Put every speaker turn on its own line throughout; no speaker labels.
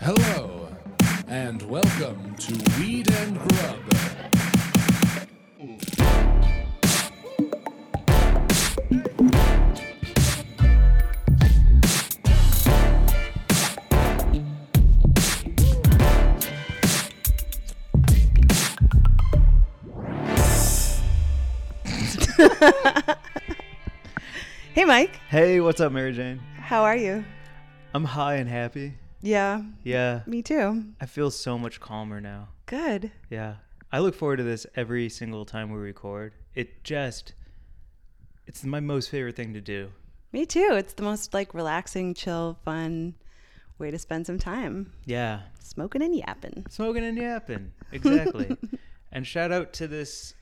Hello, and welcome to Weed and Grub.
Hey, Mike.
Hey, what's up, Mary Jane?
How are you?
I'm high and happy.
Yeah,
Yeah,
me too.
I feel so much calmer now.
Good.
Yeah, I look forward to this every single time we record. It just, it's my most favorite thing to do.
Me too. It's the most like relaxing, chill, fun way to spend some time
Yeah,
smoking and yapping.
smoking and yapping. Exactly. and shout out to this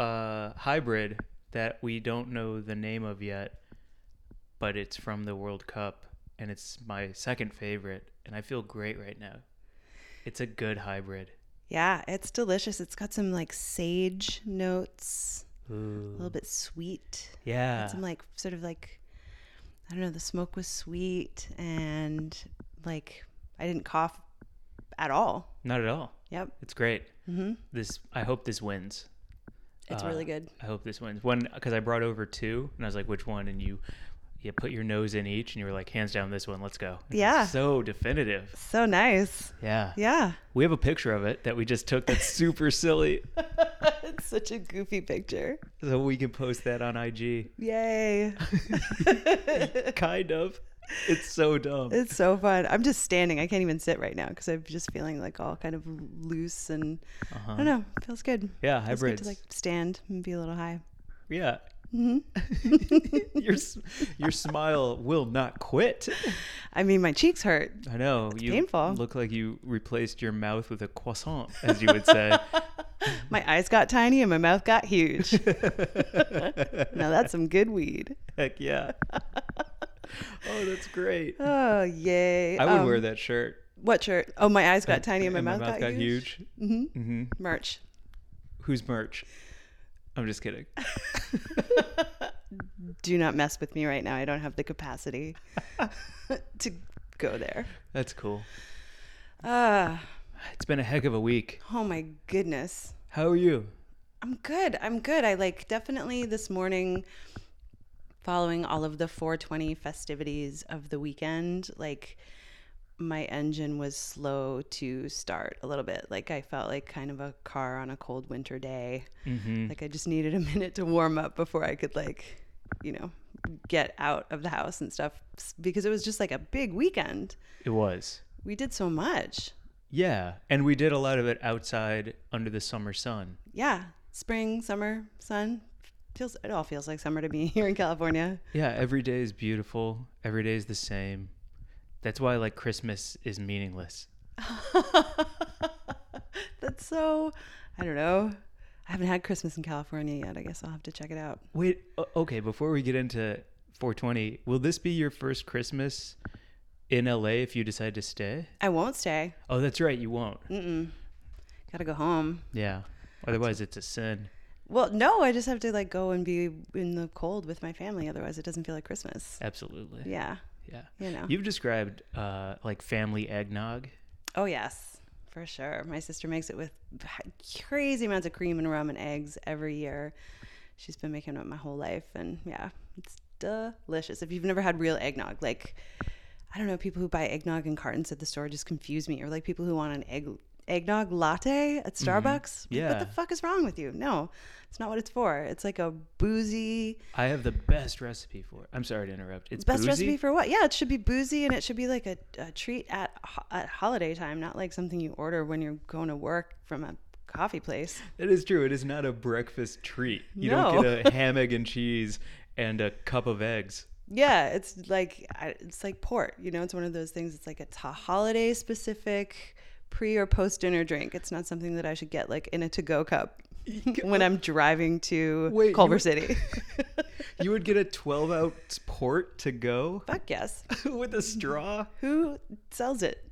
uh, hybrid that we don't know the name of yet, but it's from the World Cup and it's my second favorite. And I feel great right now. It's a good hybrid.
Yeah, it's delicious. It's got some like sage notes, a
Ooh.
little bit sweet.
Yeah.
Had Some like sort of like I don't know, the smoke was sweet and like I didn't cough at all.
Not at all.
Yep.
It's great.
Mm-hmm.
This I hope this wins.
It's
Uh,
really good.
I hope this wins. One because I brought over two, and I was like, which one? And you, you put your nose in each, and you were like, hands down, this one. Let's go. And it's
Yeah.
So definitive.
So nice.
Yeah.
Yeah.
We have a picture of it that we just took. That's super silly.
It's such a goofy picture.
So we can post that on IG.
Yay.
kind of. It's so dumb.
It's so fun. I'm just standing. I can't even sit right now because I'm just feeling like all kind of loose and I don't know. Feels good.
Uh-huh. yeah,
Feels good
hybrids.
to like stand and be a little high.
yeah.
Mm-hmm.
your s- your smile will not quit.
I mean, my cheeks hurt.
I know. you
painful.
look like you replaced your mouth with a croissant, as you would say.
My eyes got tiny and my mouth got huge. now that's some good weed.
Heck yeah. Oh, that's great.
Oh yay!
I would
Um,
wear that shirt.
What shirt? Oh, my eyes got tiny and my, mouth, got, huge.
Mm-hmm.
Merch.
Who's merch? I'm just kidding.
Do not mess with me right now. I don't have the capacity to go there.
That's cool.
Ah,
It's been a heck of a week.
oh my goodness.
How are you?
I'm good. I'm good. I like definitely this morning following all of the 420 festivities of the weekend, like my engine was slow to start a little bit. Like I felt like kind of a car on a cold winter day. Like I just needed a minute to warm up before I could like, you know, get out of the house and stuff S- because it was just like a big weekend.
It was.
We did so much.
Yeah. And we did a lot of it outside under the summer sun.
Yeah. Spring, summer, sun. Feels it all feels like summer to me here in California.
Yeah, every day is beautiful. Every day is the same. That's why like Christmas is meaningless.
That's so, I don't know. I haven't had Christmas in California yet. I guess I'll have to check it out.
Wait, o- okay, before we get into 420, will this be your first Christmas in LA if you decide to stay?
I won't stay.
Oh, that's right, you won't.
Mm. Gotta go home.
Yeah. Otherwise, it's a sin.
Well, no, I just have to like go and be in the cold with my family. Otherwise, it doesn't feel like Christmas.
Absolutely.
Yeah.
Yeah.
You know.
You've described uh, like family eggnog.
Oh, yes, for sure. My sister makes it with crazy amounts of cream and rum and eggs every year. She's been making it my whole life. And yeah, it's delicious. If you've never had real eggnog, like, I don't know, people who buy eggnog in cartons at the store just confuse me. Or like people who want an egg eggnog latte at Starbucks. Like, What
Yeah.
the fuck is wrong with you? No, it's not what it's for. It's like a boozy,
I have the best recipe for it. I'm sorry to interrupt. It's
best
boozy?
recipe for what? Yeah, it should be boozy and it should be like a, a treat at ho- at holiday time, not like something you order when you're going to work from a coffee place.
It is true. It is not a breakfast treat. You
No.
don't get a ham, egg, and cheese and a cup of eggs.
Yeah, it's like I- it's like port. You know, it's one of those things. It's like it's a holiday specific pre or post dinner drink. It's not something that I should get like in a to go cup when I'm driving to
Wait, you-
Culver City.
You would get a 12 ounce port to go
Fuck yes.
with a straw.
Who sells it?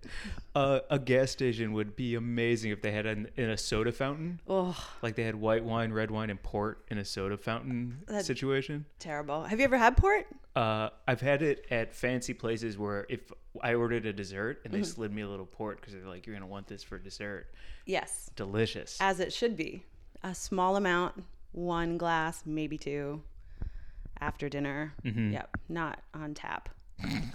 Uh, a gas station would be amazing if they had an, in a soda fountain.
Oh,
Like they had white wine, red wine, and port in a soda fountain
That-
situation.
terrible. Have you ever had port?
Uh, I've had it at fancy places where if I ordered a dessert and they slid me a little port because they're like, you're going to want this for dessert.
Yes,
Delicious.
as it should be. A small amount, one glass, maybe two, after dinner.
Mm-hmm.
Yep, not on tap.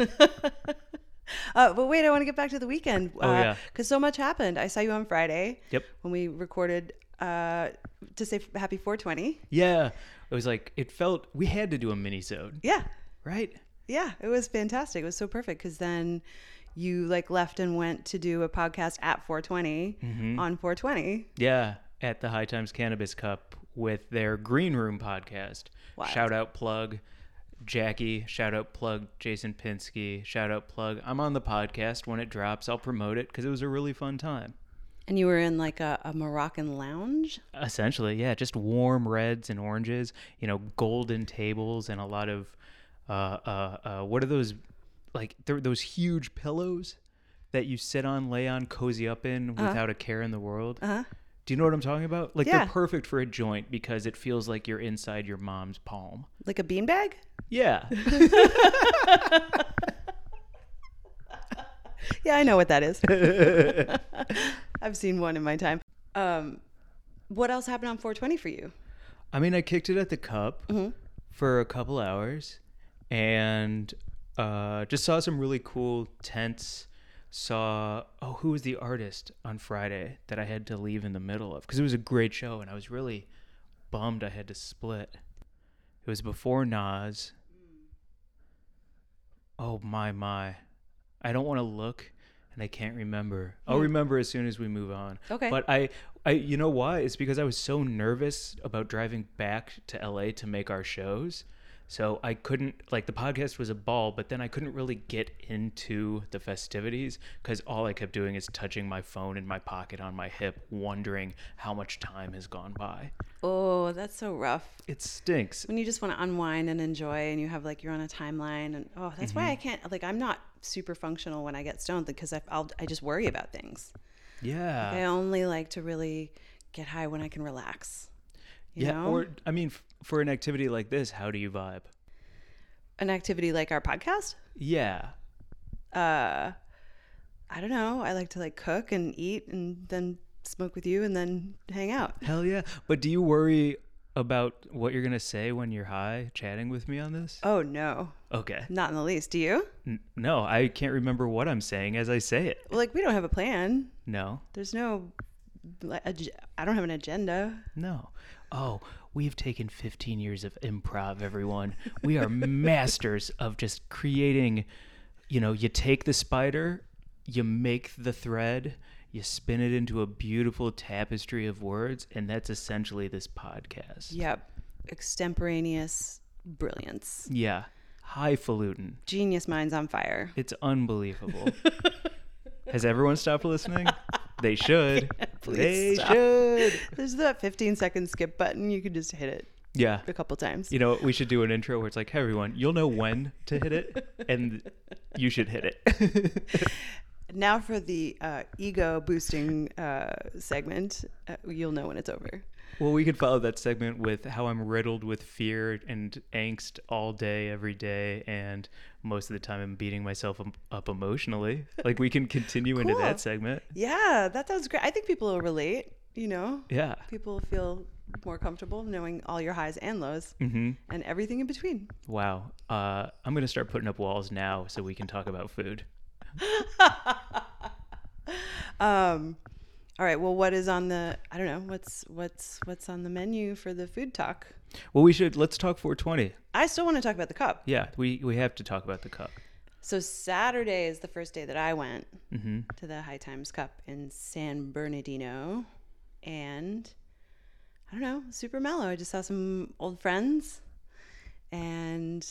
uh, but wait, I want to get back to the weekend. Oh,
yeah.
Because so much happened. I saw you on Friday
yep.
when we recorded uh, to say f- happy 420.
Yeah. It was like, it felt, we had to do a mini-sode,
Yeah,
right?
yeah, it was fantastic. It was so perfect because then you like left and went to do a podcast at 420
Mm-hmm.
on 420.
Yeah, at the High Times Cannabis Cup with their Green Room podcast.
Wild.
Shout out plug Jackie, shout out plug Jason Pinsky, shout out plug. I'm on the podcast when it drops. I'll promote it because it was a really fun time.
And you were in like a, a Moroccan lounge.
Essentially, yeah, just warm reds and oranges, you know, golden tables and a lot of uh, uh, uh, what are those like th- those huge pillows that you sit on, lay on, cozy up in without a care in the world. Uh-huh. Do you know what I'm talking about? Like
Yeah.
they're perfect for a joint because it feels like you're inside your mom's palm.
Like a beanbag?
Yeah,
Yeah, I know what that is. I've seen one in my time. Um, what else happened on 420 for you?
I mean, I kicked it at the cup for a couple hours and uh, just saw some really cool tents. Saw, oh, who was the artist on Friday that I had to leave in the middle of? Because it was a great show and I was really bummed I had to split. It was before Nas. Oh, my, my. I don't want to look and I can't remember. I'll remember as soon as we move on.
Okay.
But I, I, you know why? It's because I was so nervous about driving back to LA to make our shows. So I couldn't like the podcast was a ball, but then I couldn't really get into the festivities because all I kept doing is touching my phone in my pocket on my hip, wondering how much time has gone by.
Oh, that's so rough.
It stinks.
When you just want to unwind and enjoy, and you have like you're on a timeline, and oh, that's why I
Mm-hmm.
can't like I'm not super functional when I get stoned because I I'll, I just worry about things.
Yeah.
I only like to really get high when I can relax. You
yeah.
know?
Or I mean, f- for an activity like this, how do you vibe?
an activity like our podcast.
Yeah.
Uh, I don't know. I like to like cook and eat and then smoke with you and then hang out.
Hell yeah. But do you worry about what you're going to say when you're high chatting with me on this?
Oh no,
Okay.
not in the least. Do you?
N- no, I can't remember what I'm saying as I say it.
Well, like we don't have a plan.
No.
There's no. like, ag- I don't have an agenda.
No. Oh, we've taken 15 years of improv, everyone. We are masters of just creating, you know, you take the spider, you make the thread, you spin it into a beautiful tapestry of words, and that's essentially this podcast.
Yep. Extemporaneous brilliance.
yeah. Highfalutin.
Genius minds on fire.
It's unbelievable. Has everyone stopped listening? They should.
please
they
stop.
should.
There's that 15 second skip button. You could just hit it
Yeah.
a couple times.
You know, we should do an intro where it's like, hey, everyone, you'll know when to hit it, and you should hit it.
Now for the uh, ego boosting uh, segment. Uh, you'll know when it's over.
well, we could follow that segment with how I'm riddled with fear and angst all day, every day, and most of the time I'm beating myself em- up emotionally. Like, we can continue into
Cool.
that segment.
Yeah, that sounds great. I think people will relate, you know?
Yeah.
People feel more comfortable knowing all your highs and lows
hmm
and everything in between.
Wow. Uh, I'm going to start putting up walls now so we can talk about food.
Um, all right, well what is on the I don't know, what's what's what's on the menu for the food talk?
Well, we should let's talk 420.
I still want to talk about the cup.
Yeah, we we have to talk about the cup.
So Saturday is the first day that I went to the High Times Cup in San Bernardino, and I don't know, super mellow. I just saw some old friends and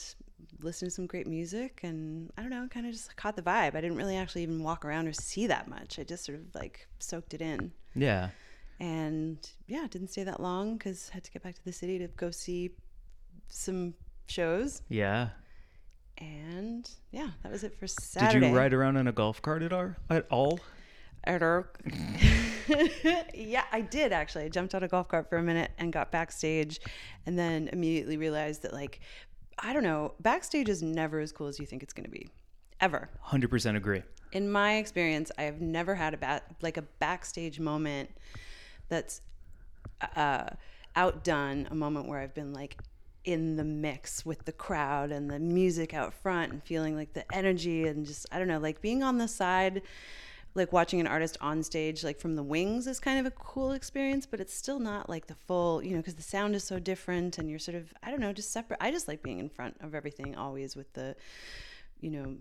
listened to some great music, and I don't know, kind of just caught the vibe. I didn't really actually even walk around or see that much. I just sort of like soaked it in,
Yeah.
and yeah, didn't stay that long because had to get back to the city to go see some shows.
Yeah.
And yeah, that was it for Saturday.
Did you ride around in a golf cart at, our, at all?
at our- yeah, I did actually. I jumped on a golf cart for a minute and got backstage and then immediately realized that like I don't know, backstage is never as cool as you think it's going to be. Ever.
100% agree.
In my experience, I have never had a ba- like a backstage moment that's uh, outdone a moment where I've been like in the mix with the crowd and the music out front and feeling like the energy and just I don't know like being on the side like watching an artist on stage like from the wings is kind of a cool experience but it's still not like the full you know because the sound is so different and you're sort of I don't know just separate I just like being in front of everything always with the you know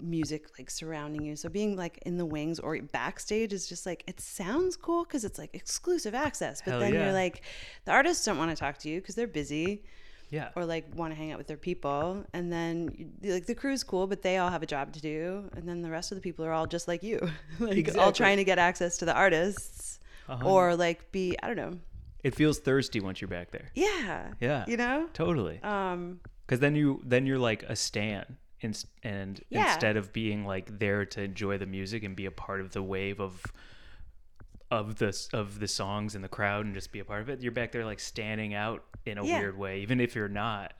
music like surrounding you. So being like in the wings or backstage is just like it sounds cool because it's like exclusive access, but
Hell
then
yeah.
you're like the artists don't want to talk to you because they're busy
Yeah.
or like want to hang out with their people, and then you- like the crew's cool, but they all have a job to do, and then the rest of the people are all just like you, like all
Exactly. Uh-huh.
trying to get access to the artists or like be I don't know,
it feels thirsty once you're back there.
yeah,
Yeah.
you know,
Totally.
um,
Because then you then you're like a stan, in, and
Yeah.
instead of being like there to enjoy the music and be a part of the wave of of the s- of the songs and the crowd and just be a part of it, you're back there like standing out in a
Yeah.
weird way, even if you're not.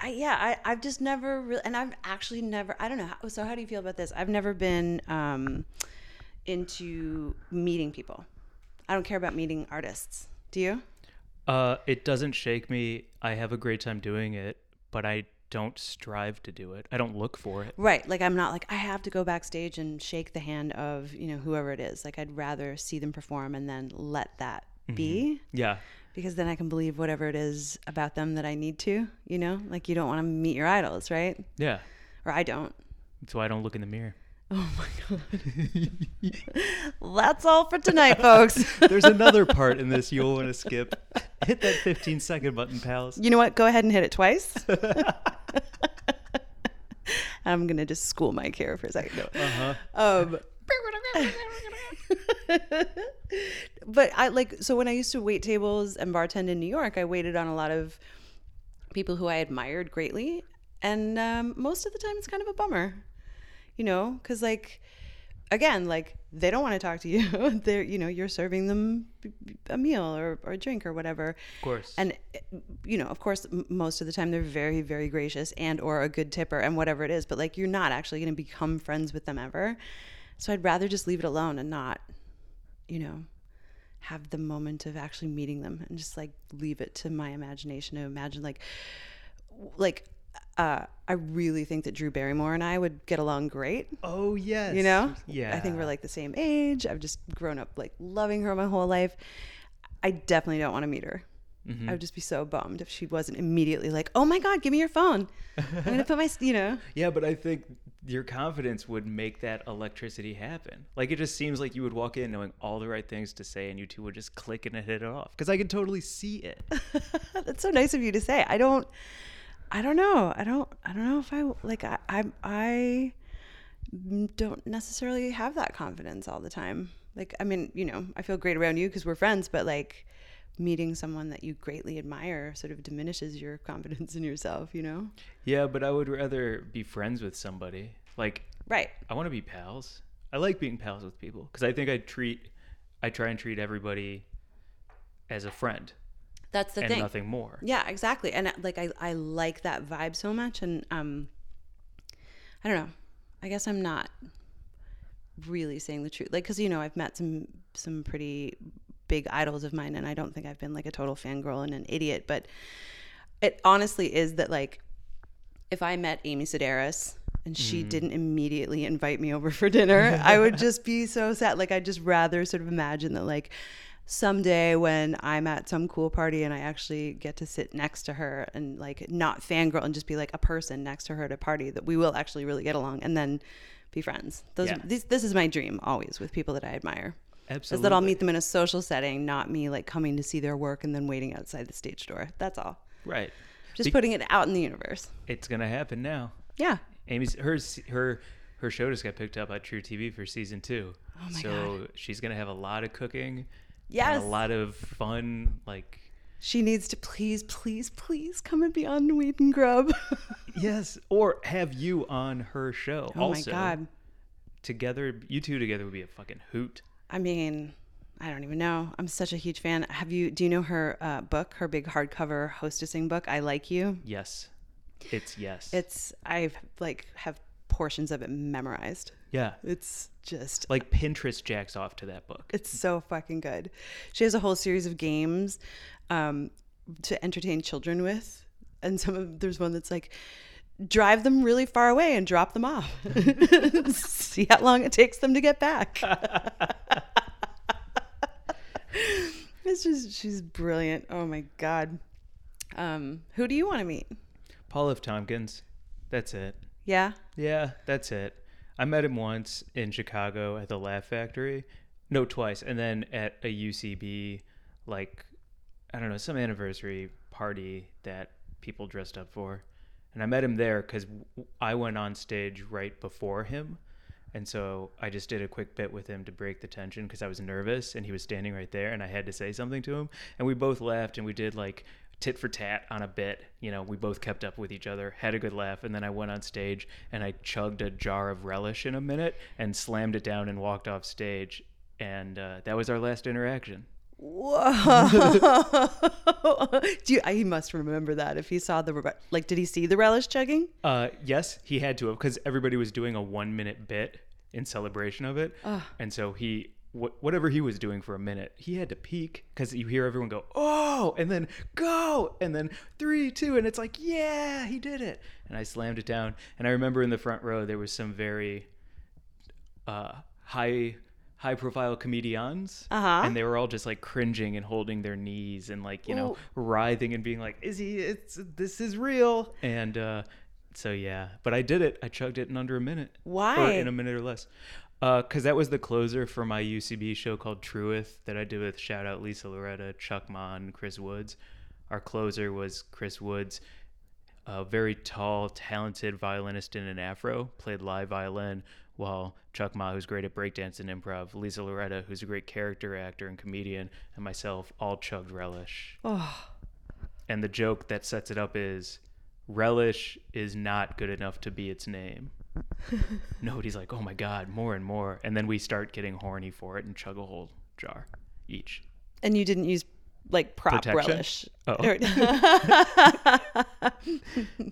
I, yeah, I, I've just never really, and I've actually never, I don't know. How, so, how do you feel about this? I've never been um, into meeting people. I don't care about meeting artists. Do you?
Uh, it doesn't shake me. I have a great time doing it, but I don't strive to do it. I don't look for it.
Right. Like, I'm not like, I have to go backstage and shake the hand of, you know, whoever it is. Like, I'd rather see them perform and then let that be
Yeah.
because then I can believe whatever it is about them that I need to, you know? Like, you don't want to meet your idols, right?
Yeah.
Or I don't.
That's why I don't look in the mirror.
Oh my God. That's all for tonight, folks.
There's another part in this you'll want to skip. Hit that 15 second button, pals.
You know what? Go ahead and hit it twice. I'm gonna just school Mike here for a second. No. Um, but I like so when I used to wait tables and bartend in New York, I waited on a lot of people who I admired greatly, and um, most of the time it's kind of a bummer, you know, because like again, like they don't want to talk to you. They're you know you're serving them a meal or, or a drink or whatever,
Of course.
and you know of course m- most of the time they're very very gracious and or a good tipper and whatever it is but like you're not actually going to become friends with them ever so i'd rather just leave it alone and not you know have the moment of actually meeting them and just like leave it to my imagination to imagine like w- like uh, I really think that Drew Barrymore and I would get along great.
oh, yes.
You know?
Yeah.
I think we're like the same age. I've just grown up like loving her my whole life. I definitely don't want to meet her. I would just be so bummed if she wasn't immediately like, "Oh my god, give me your phone. I'm going to put my, s- you know."
Yeah, but I think your confidence would make that electricity happen. Like it just seems like you would walk in knowing all the right things to say, and you two would just click and hit it off. Because I could totally see it.
That's so nice of you to say. I don't I don't know. I don't I don't know if I like I I, I don't necessarily have that confidence all the time. Like I mean, you know, I feel great around you because we're friends, but like meeting someone that you greatly admire sort of diminishes your confidence in yourself, you know?
Yeah, but I would rather be friends with somebody. Like
Right.
I want to be pals. I like being pals with people because I think I treat, I try and treat everybody as a friend
That's the
and
thing.
nothing more.
Yeah, exactly. And uh, like I, I like that vibe so much and um I don't know. I guess I'm not really saying the truth. Like cuz you know, I've met some some pretty big idols of mine and I don't think I've been like a total fangirl and an idiot, but it honestly is that like if I met Amy Sedaris and she didn't immediately invite me over for dinner, I would just be so sad. Like I'd just rather sort of imagine that like someday when I'm at some cool party and I actually get to sit next to her and like not fangirl and just be like a person next to her at a party that we will actually really get along and then be friends. Those
Yeah.
these, this is my dream always with people that I admire.
Absolutely.
Is that I'll meet them in a social setting, not me like coming to see their work and then waiting outside the stage door. That's all.
Right.
Just putting it out in the universe.
It's gonna happen now.
Yeah.
Amy's her her her show just got picked up on True TV for season two.
Oh my
so she's gonna have a lot of cooking. and
Yes.
a lot of fun like
She needs to please, please, please come and be on Weed and Grub.
Yes, or have you on her show?
oh
also,
my God.
together, you two together would be a fucking hoot.
I mean, I don't even know. I'm such a huge fan. Have you, do you know her uh, book, her big hardcover hostessing book, I Like You?
Yes, it's yes.
It's, I've like have portions of it memorized.
yeah,
It's just
like Pinterest jacks off to that book.
It's so fucking good. She has a whole series of games um, to entertain children with, and some of there's one that's like drive them really far away and drop them off. See how long it takes them to get back. it's just she's brilliant. Oh my god. Um, who do you want to meet?
Paul F. Tompkins. That's it.
Yeah.
Yeah, that's it. I met him once in Chicago at the Laugh Factory. No, twice. And then at a UCB, like, I don't know, some anniversary party that people dressed up for. And I met him there because I went on stage right before him. And so I just did a quick bit with him to break the tension because I was nervous and he was standing right there and I had to say something to him. And we both laughed and we did like tit for tat on a bit. You know, we both kept up with each other, had a good laugh. And then I went on stage and I chugged a jar of relish in a minute and slammed it down and walked off stage. And uh, that was our last interaction.
Whoa. do you, I, he must remember that if he saw the re- like. Did he see the relish chugging?
Uh, yes, he had to have because everybody was doing a one minute bit in celebration of it, and so he wh- whatever he was doing for a minute, he had to peak because you hear everyone go oh, and then go, and then three, two, and it's like yeah, he did it, and I slammed it down, and I remember in the front row there was some very uh, high high profile comedians
Uh-huh.
and they were all just like cringing and holding their knees and like you know writhing and being like is he it's this is real and uh so yeah but i did it i chugged it in under a minute
Why?
or in a minute or less because that was the closer for my ucb show called trueth that i did with shout out lisa loretta chuck mon chris woods our closer was chris woods a very tall, talented violinist in an afro, played live violin, while Chuck Ma, who's great at breakdance and improv, Lisa Loretta, who's a great character actor and comedian, and myself all chugged relish. And the joke that sets it up is relish is not good enough to be its name. Nobody's like, oh my God, more and more. And then we start getting horny for it and chug a whole jar each.
and you didn't use like prop
Protection?
relish.
Oh.
Or-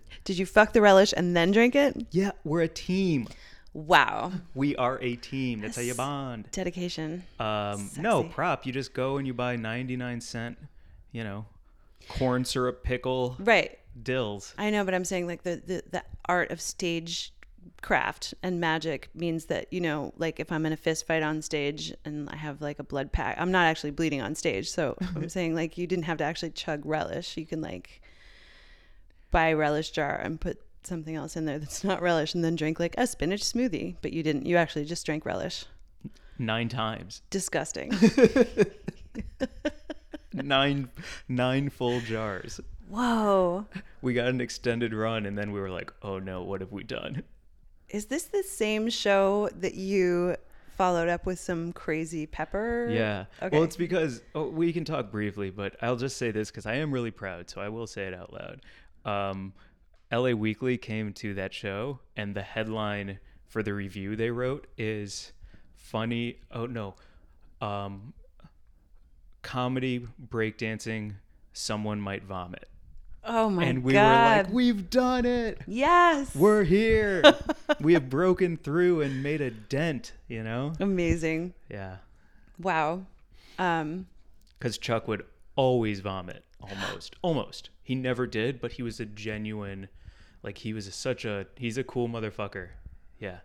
Did you fuck the relish and then drink it?
Yeah, we're a team.
Wow,
We are a team. That's how you bond.
dedication.
Um, no
Sexy.
prop. You just go and you buy ninety nine cent, you know, corn syrup pickle
Right,
dills.
I know, but I'm saying like the the, the art of stage craft and magic means that you know like if i'm in a fist fight on stage and i have like a blood pack i'm not actually bleeding on stage so i'm saying like you didn't have to actually chug relish you can like buy a relish jar and put something else in there that's not relish and then drink like a spinach smoothie but you didn't you actually just drank relish
Nine times.
disgusting
Nine nine full jars.
whoa
We got an extended run and then we were like, oh no, what have we done?
is this the same show that you followed up with some crazy pepper
Yeah.
okay
Well, it's because oh, we can talk briefly, but I'll just say this because I am really proud, so I will say it out loud. Um, LA Weekly came to that show, and the headline for the review they wrote is funny. Oh, no. Um, comedy breakdancing, someone might vomit.
oh my
And we were
god
like, we've done it.
yes
We're here. we have broken through and made a dent, you know?
amazing
Yeah.
wow um
because Chuck would always vomit, almost, almost. He never did, but he was a genuine, like he was such a he's a cool motherfucker. Yeah,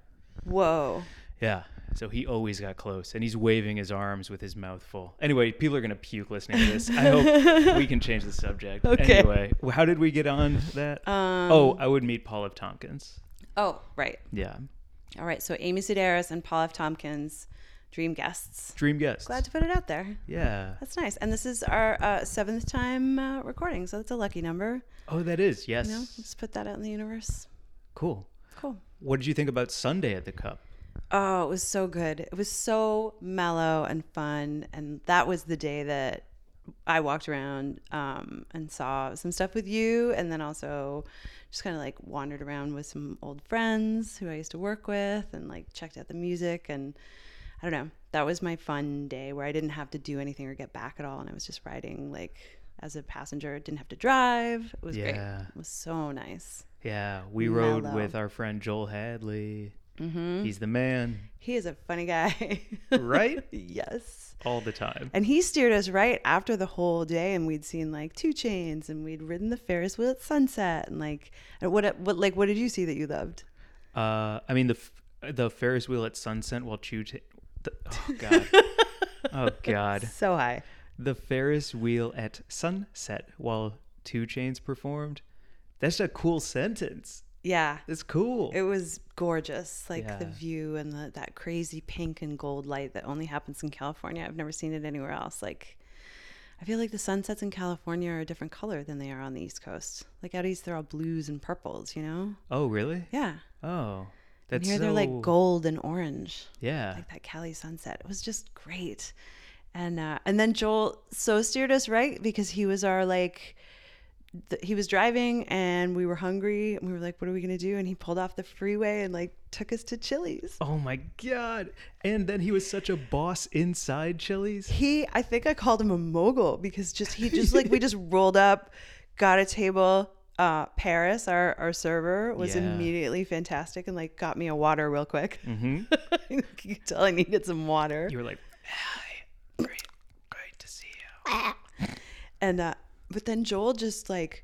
whoa
yeah. So he always got close, and he's waving his arms with his mouth full. Anyway, people are gonna puke listening to this. I hope we can change the subject.
Okay. Um,
Anyway, wh- how did we get on that? oh, I would meet Paul F. Tompkins.
oh right
Yeah,
all right so amy sedaris and paul f tompkins dream guests
dream guest.
glad to put it out there
yeah.
that's nice and this is our uh, seventh time uh, recording so that's a lucky number
Oh, that is yes.
you know just put that out in the universe
Cool.
cool
What did you think about Sunday at the Cup?
Oh, it was so good. It was so mellow and fun. And that was the day that I walked around um, and saw some stuff with you, and then also just kind of like wandered around with some old friends who I used to work with, and like checked out the music. And I don't know, that was my fun day where I didn't have to do anything or get back at all, and I was just riding like as a passenger. Didn't have to drive. It was great.
Yeah.
It was so nice.
Yeah, we rode
Mellow.
with our friend Joel Hadley.
Mm-hmm.
He's the man,
He is a funny guy.
right?
yes.
All the time.
And he steered us right after the whole day, and we'd seen like two chains, and we'd ridden the Ferris wheel at sunset, and like, and what, what, like, what did you see that you loved?
Uh, I mean the f- the Ferris wheel at sunset while chew. T- the- oh god. oh god.
So high.
The Ferris wheel at sunset while Two Chains performed. That's a cool sentence.
Yeah,
It's cool.
it was gorgeous, like the
Yeah.
view and the, that crazy pink and gold light that only happens in California. I've never seen it anywhere else. Like, I feel like the sunsets in California are a different color than they are on the East Coast. Like out east, they're all blues and purples, you know?
oh really?
Yeah.
Oh,
And
that's
here they're
so-
like gold and orange.
Yeah.
like that Cali sunset. It was just great. And uh, and then Joel so steered us right because he was our like th- he was driving and we were hungry and we were like what are we going to do and he pulled off the freeway and like took us to Chili's.
Oh my god! And then he was such a boss inside Chili's.
He I think I called him a mogul because just he just like we just rolled up got a table uh, Paris, our, our server, was
Yeah.
immediately fantastic and like got me a water real quick.
Mm-hmm.
you could tell I needed some water.
You were like, "Hi, great, great to see you."
And uh, but then Joel just like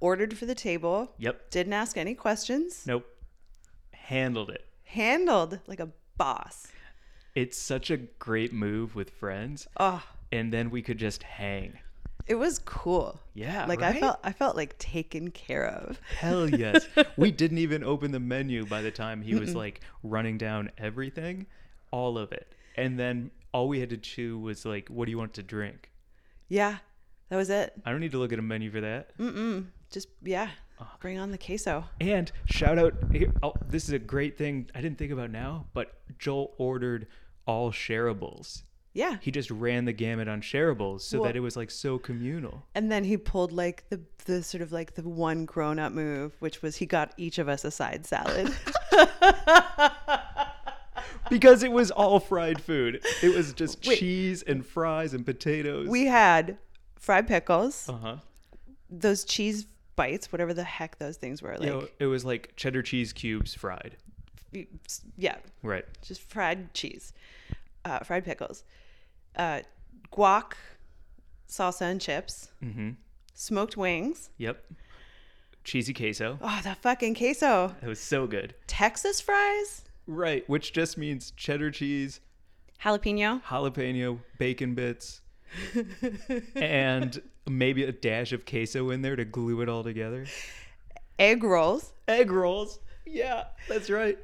ordered for the table,
Yep.
didn't ask any questions,
Nope. Handled it.
handled like a boss.
It's such a great move with friends,
Oh,
and then we could just hang.
it was cool.
Yeah,
like I
right?
felt I felt like taken care of.
Hell yes. we didn't even open the menu by the time he was like running down everything, all of it. And then all we had to chew was like, what do you want to drink?
Yeah, that was it.
I don't need to look at a menu for that.
Just yeah,
Ah.
bring on the queso.
And shout out, here- oh, this is a great thing I didn't think about now, but Joel ordered all shareables.
Yeah,
He just ran the gamut on shareables so
Well-
that it was like so communal.
and then he pulled like the the sort of like the one grown up move, which was he got each of us a side salad.
Because it was all fried food. It was just
Wait.
cheese and fries and potatoes.
we had fried pickles,
uh huh.
those cheese bites, whatever the heck those things were, like
Yeah, it was like cheddar cheese cubes fried.
y- yeah,
Right.
just fried cheese, uh, fried pickles, uh, guac, salsa and chips,
Mm-hmm.
smoked wings.
Yep. Cheesy queso.
Oh, the fucking queso.
It was so good.
Texas fries,
Right, which just means cheddar cheese,
jalapeno.
jalapeno, bacon bits, and maybe a dash of queso in there to glue it all together.
Egg rolls.
Egg rolls. Yeah, that's right.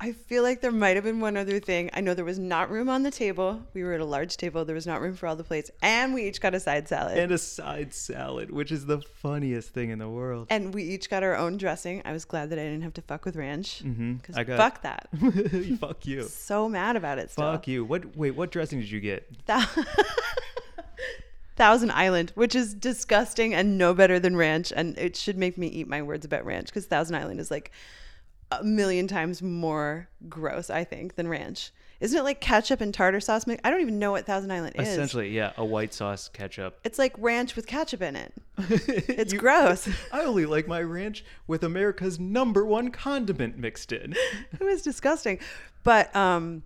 I feel like there might have been one other thing. I know there was not room on the table. We were at a large table. There was not room for all the plates. And we each got a side salad. And,
And a side salad, which is the funniest thing in the world.
we each got our own dressing. I was glad that I didn't have to fuck with ranch. Because
Mm-hmm. I got-
fuck that.
Fuck you.
So mad about it still.
Fuck you. What? Wait, what dressing did you get?
Thou- Thousand Island, which is disgusting and no better than ranch, and it should make me eat my words about ranch because Thousand Island is like a million times more gross, I think, than ranch. Isn't it like ketchup and tartar sauce? mi- I don't even know what Thousand Island is.
Essentially, yeah, a white sauce ketchup.
it's like ranch with ketchup in it. It's gross.
I only like my ranch with America's number one condiment mixed in.
it was disgusting, but um,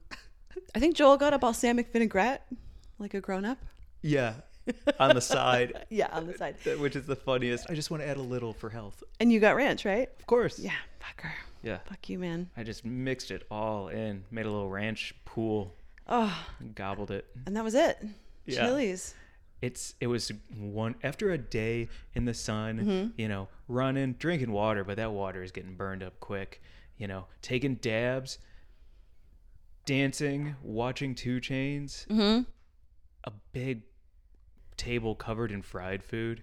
I think Joel got a balsamic vinaigrette, like a grown up.
Yeah, on the side,
Yeah, on the side,
which is the funniest. I just want to add a little for health.
and you got ranch, right?
Of course.
Yeah, fucker.
Yeah.
Fuck you, man.
I just mixed it all in, made a little ranch pool,
Oh.
and gobbled it.
and that was it.
Yeah.
Chili's.
It's it was one after a day in the sun, you know, running, drinking water, but that water is getting burned up quick, you know, taking dabs, dancing, watching two chains, a big table covered in fried food,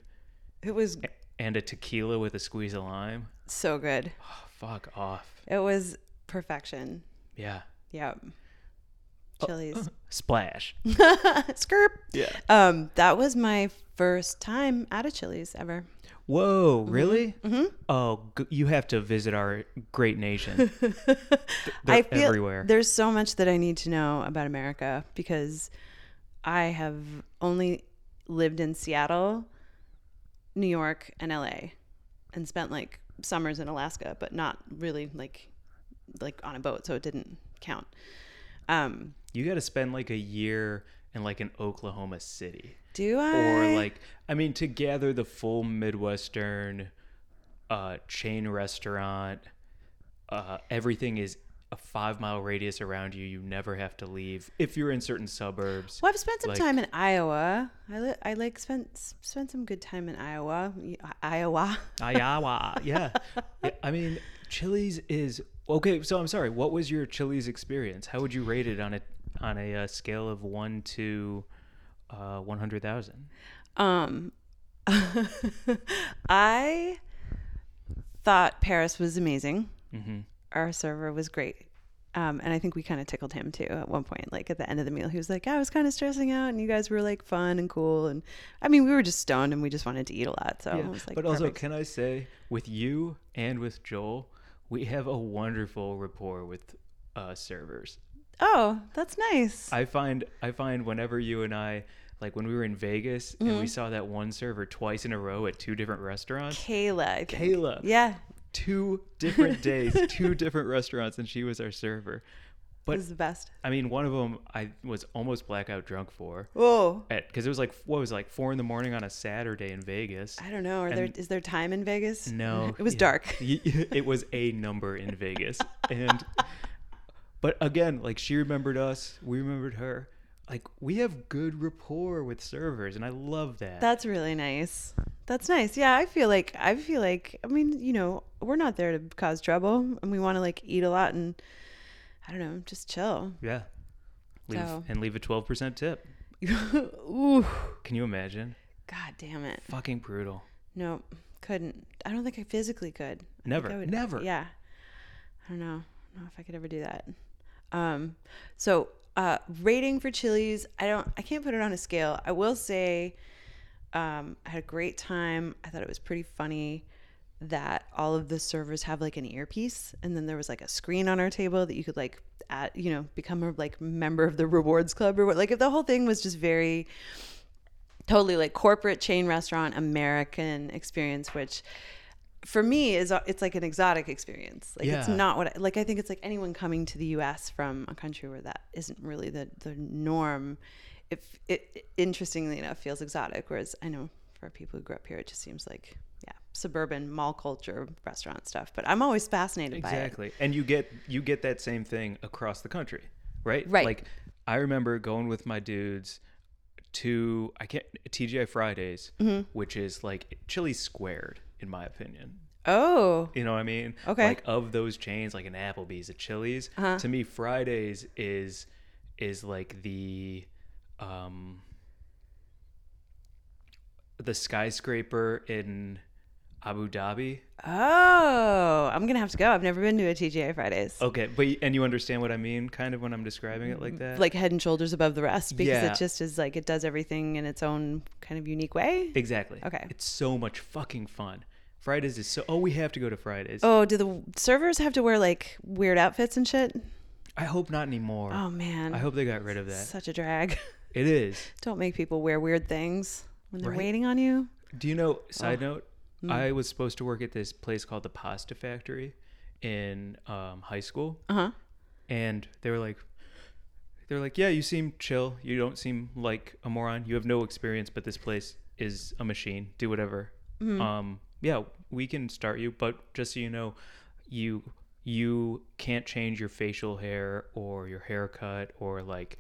It was
and a tequila with a squeeze of lime.
so good.
Oh, fuck off.
It was perfection.
Yeah.
Yep.
Oh.
Chili's.
Splash.
Skirp.
Yeah.
Um, that was my first time at a Chili's ever.
Whoa, really? Mm-hmm. Oh, g- you have to visit our great nation. Th- They're
I feel
everywhere.
there's so much that I need to know about America because I have only lived in Seattle, New York, and LA and spent like summers in Alaska, but not really like like on a boat, so it didn't count. Um,
you got to spend like a year in like an Oklahoma City.
do I
or like I mean to gather the full Midwestern uh, chain restaurant. Uh, everything is a five mile radius around you. You never have to leave if you're in certain suburbs.
Well, I've spent some
like-
time in Iowa. I li- I like spent s- spent some good time in Iowa. Y- Iowa.
Ayawa, yeah. yeah. I mean, Chili's is okay. So I'm sorry. What was your Chili's experience? How would you rate it on a on a uh, scale of one to uh, one hundred thousand?
Um, I thought Paris was amazing.
Mm-hmm.
Our server was great. Um, and I think we kind of tickled him too at one point. Like at the end of the meal, he was like, I was kind of stressing out, and you guys were like fun and cool. And I mean, we were just stoned and we just wanted to eat a lot. So I was like,
but also,
perfect.
can I say, with you and with Joel, we have a wonderful rapport with uh, servers.
oh, that's nice.
I find I find whenever you and I, like when we were in Vegas
Mm-hmm.
and we saw that one server twice in a row at two different restaurants,
Kayla. I think.
Kayla,
Yeah.
two different days, two different restaurants, and she was our
It
server. But
was the best.
I mean, one of them I was almost blackout drunk for,
Whoa.
because it was like what was it, like four in the morning on a Saturday in Vegas.
I don't know. Are there
And-
is there time in Vegas?
No,
It was
yeah.
dark.
Y- it was a number in Vegas, and but again, like she remembered us, we remembered her. Like we have good rapport with servers, and I love that.
That's really nice. That's nice. Yeah, I feel like I feel like I mean, you know, we're not there to cause trouble and we want to like eat a lot and I don't know, just chill.
yeah, leave,
So-
and leave a twelve percent tip.
Ooh.
Can you imagine?
God damn it.
Fucking brutal.
No, couldn't. I don't think I physically could. I think
Never,
I would-
never.
Yeah. I don't know. I don't know if I could ever do that. Um, so uh, rating for Chili's, I don't. I can't put it on a scale. I will say, um, I had a great time. I thought it was pretty funny that all of the servers have like an earpiece, and then there was like a screen on our table that you could like, at you know, become a like member of the rewards club or what. Like if the whole thing was just very totally like corporate chain restaurant American experience, which for me is it's like an exotic experience. Like it's
Yeah.
not what I, like I think it's like anyone coming to the U.S. from a country where that isn't really the the norm. If it, it interestingly enough feels exotic, whereas I know for people who grew up here, it just seems like yeah suburban mall culture restaurant stuff. But I'm always fascinated by it.
Exactly, and you get you get that same thing across the country, right?
Right.
Like I remember going with my dudes to I can't TGI Fridays,
Mm-hmm.
which is like Chili squared, in my opinion.
Oh,
You know what I mean?
Okay. Uh-huh.
Like of those chains, like an Applebee's, a Chili's. To me, Fridays is is like the um the skyscraper in Abu Dhabi.
oh, I'm gonna have to go. I've never been to a TGI Fridays.
Okay, but y- and you understand what I mean, kind of when I'm describing it like that.
Mm-hmm. like head and shoulders above the rest because
Yeah.
it just is like it does everything in its own kind of unique way.
exactly.
Okay.
It's so much fucking fun. Fridays is so. Oh, we have to go to Fridays.
Oh, do the servers have to wear like weird outfits and shit?
I hope not anymore.
Oh man,
I hope they got rid of that.
such a drag.
It is.
Don't make people wear weird things when they're
Right.
waiting on you.
Do you know? Side note: I was supposed to work at this place called the Pasta Factory in um, high school,
Uh huh.
and they were like, they were like, yeah, you seem chill. You don't seem like a moron. You have no experience, but this place is a machine. Do whatever. Um, yeah, we can start you, but just so you know, you you can't change your facial hair or your haircut or like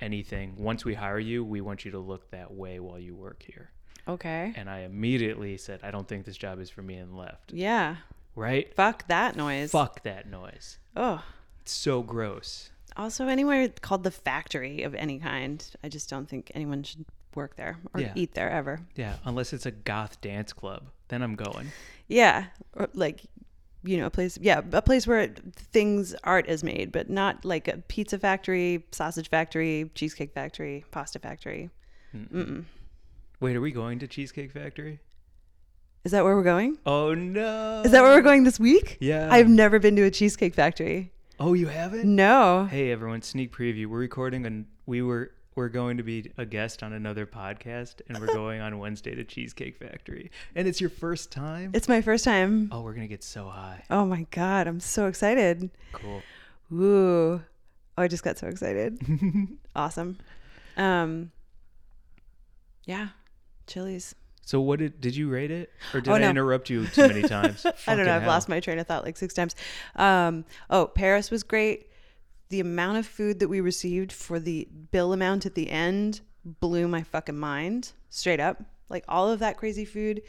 anything. Once we hire you, we want you to look that way while you work here
Okay.
and I immediately said, I don't think this job is for me and left.
Yeah.
Right?
Fuck that noise.
Fuck that noise.
Oh.
It's so gross.
Also, anywhere called the factory of any kind, I just don't think anyone should work there or
Yeah.
eat there ever.
Yeah, unless it's a goth dance club, then I'm going.
Yeah. Or, like you know, a place, yeah, a place where it, things art is made, but not like a pizza factory, sausage factory, cheesecake factory, pasta factory.
Wait, are we going to Cheesecake Factory?
Is that where we're going?
Oh no.
Is that where we're going this week?
Um, Yeah.
I've never been to a cheesecake factory.
Oh, you haven't?
No.
Hey everyone, sneak preview. We're recording and we were we're going to be a guest on another podcast and we're going on Wednesday to Cheesecake Factory. And it's your first time?
It's my first time.
oh, we're going to get so high.
Oh my God. I'm so excited.
Cool.
Ooh. Oh, I just got so excited. awesome. Um, yeah. Chili's.
So what did did you rate it? Or did
Oh,
I
no.
interrupt you too many times?
I don't
Fucking
know. I've
hell.
lost my train of thought like six times. Um, oh, Paris was great. The amount of food that we received for the bill amount at the end blew my fucking mind straight up. Like all of that crazy food.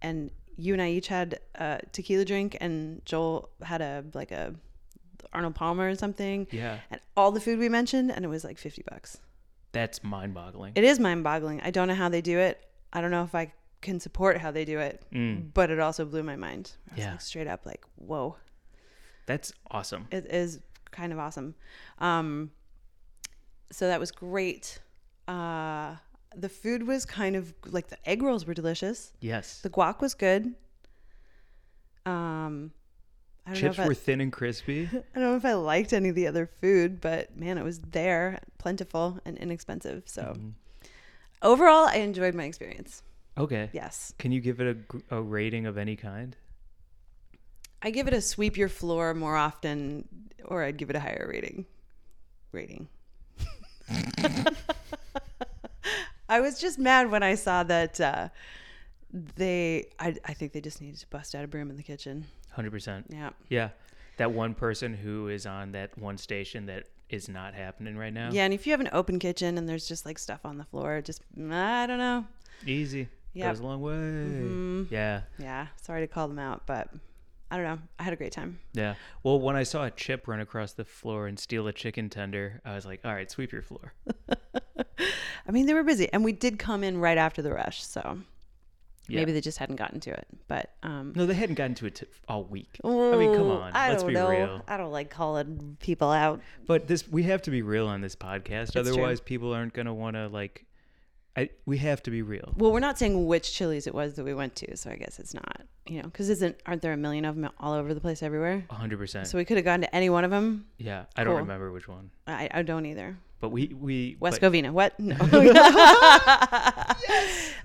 And you and I each had a tequila drink, and Joel had a like a Arnold Palmer or something.
Yeah.
And all the food we mentioned, and it was like 50 bucks.
That's mind-boggling.
It is mind boggling. I don't know how they do it. I don't know if I can support how they do it, but it also blew my mind. I was
Mm. Yeah.
like straight up like, whoa,
That's awesome.
it is kind of awesome. Um, so that was great. Uh, the food was kind of like the egg rolls were delicious.
Yes.
The guac was good. Um, I don't
Chips
know if I-
were thin and crispy.
I don't know if I liked any of the other food, but man, it was there, plentiful and inexpensive. So
Mm-hmm.
overall, I enjoyed my experience.
Okay.
Yes.
Can you give it a gr- a, rating of any kind?
I give it a sweep your floor more often, or I'd give it a higher rating. Rating. I was just mad when I saw that uh, they, I, I think they just needed to bust out a broom in the kitchen.
100%.
Yeah.
Yeah. That one person who is on that one station that is not happening right now.
Yeah. And if you have an open kitchen and there's just like stuff on the floor, just, I don't know.
Easy.
Yep.
Goes a long way.
Mm-hmm.
Yeah.
Yeah, sorry to call them out, but I don't know. I had a great time.
Yeah. Well, when I saw a chip run across the floor and steal a chicken tender, I was like, all right, sweep your floor.
I mean, they were busy, and we did come in right after the rush, so
Yeah.
maybe they just hadn't gotten to it. But um,
No, they hadn't gotten to it t- all week. I mean, come
ooh,
on.
I
let's
don't
be
know.
real.
I don't like calling people out.
But this, we have to be real on this podcast.
true.
Otherwise, people aren't going to want to, like, I, we have to be real.
Well, we're not saying which Chili's it was that we went to, so I guess it's not, you know, because isn't aren't there a million of them all over the place everywhere?
100%.
So we could have gone to any one of them.
yeah. I don't
Cool.
remember which one.
I, I don't either.
But we, we,
West
but,
Covina. What? No.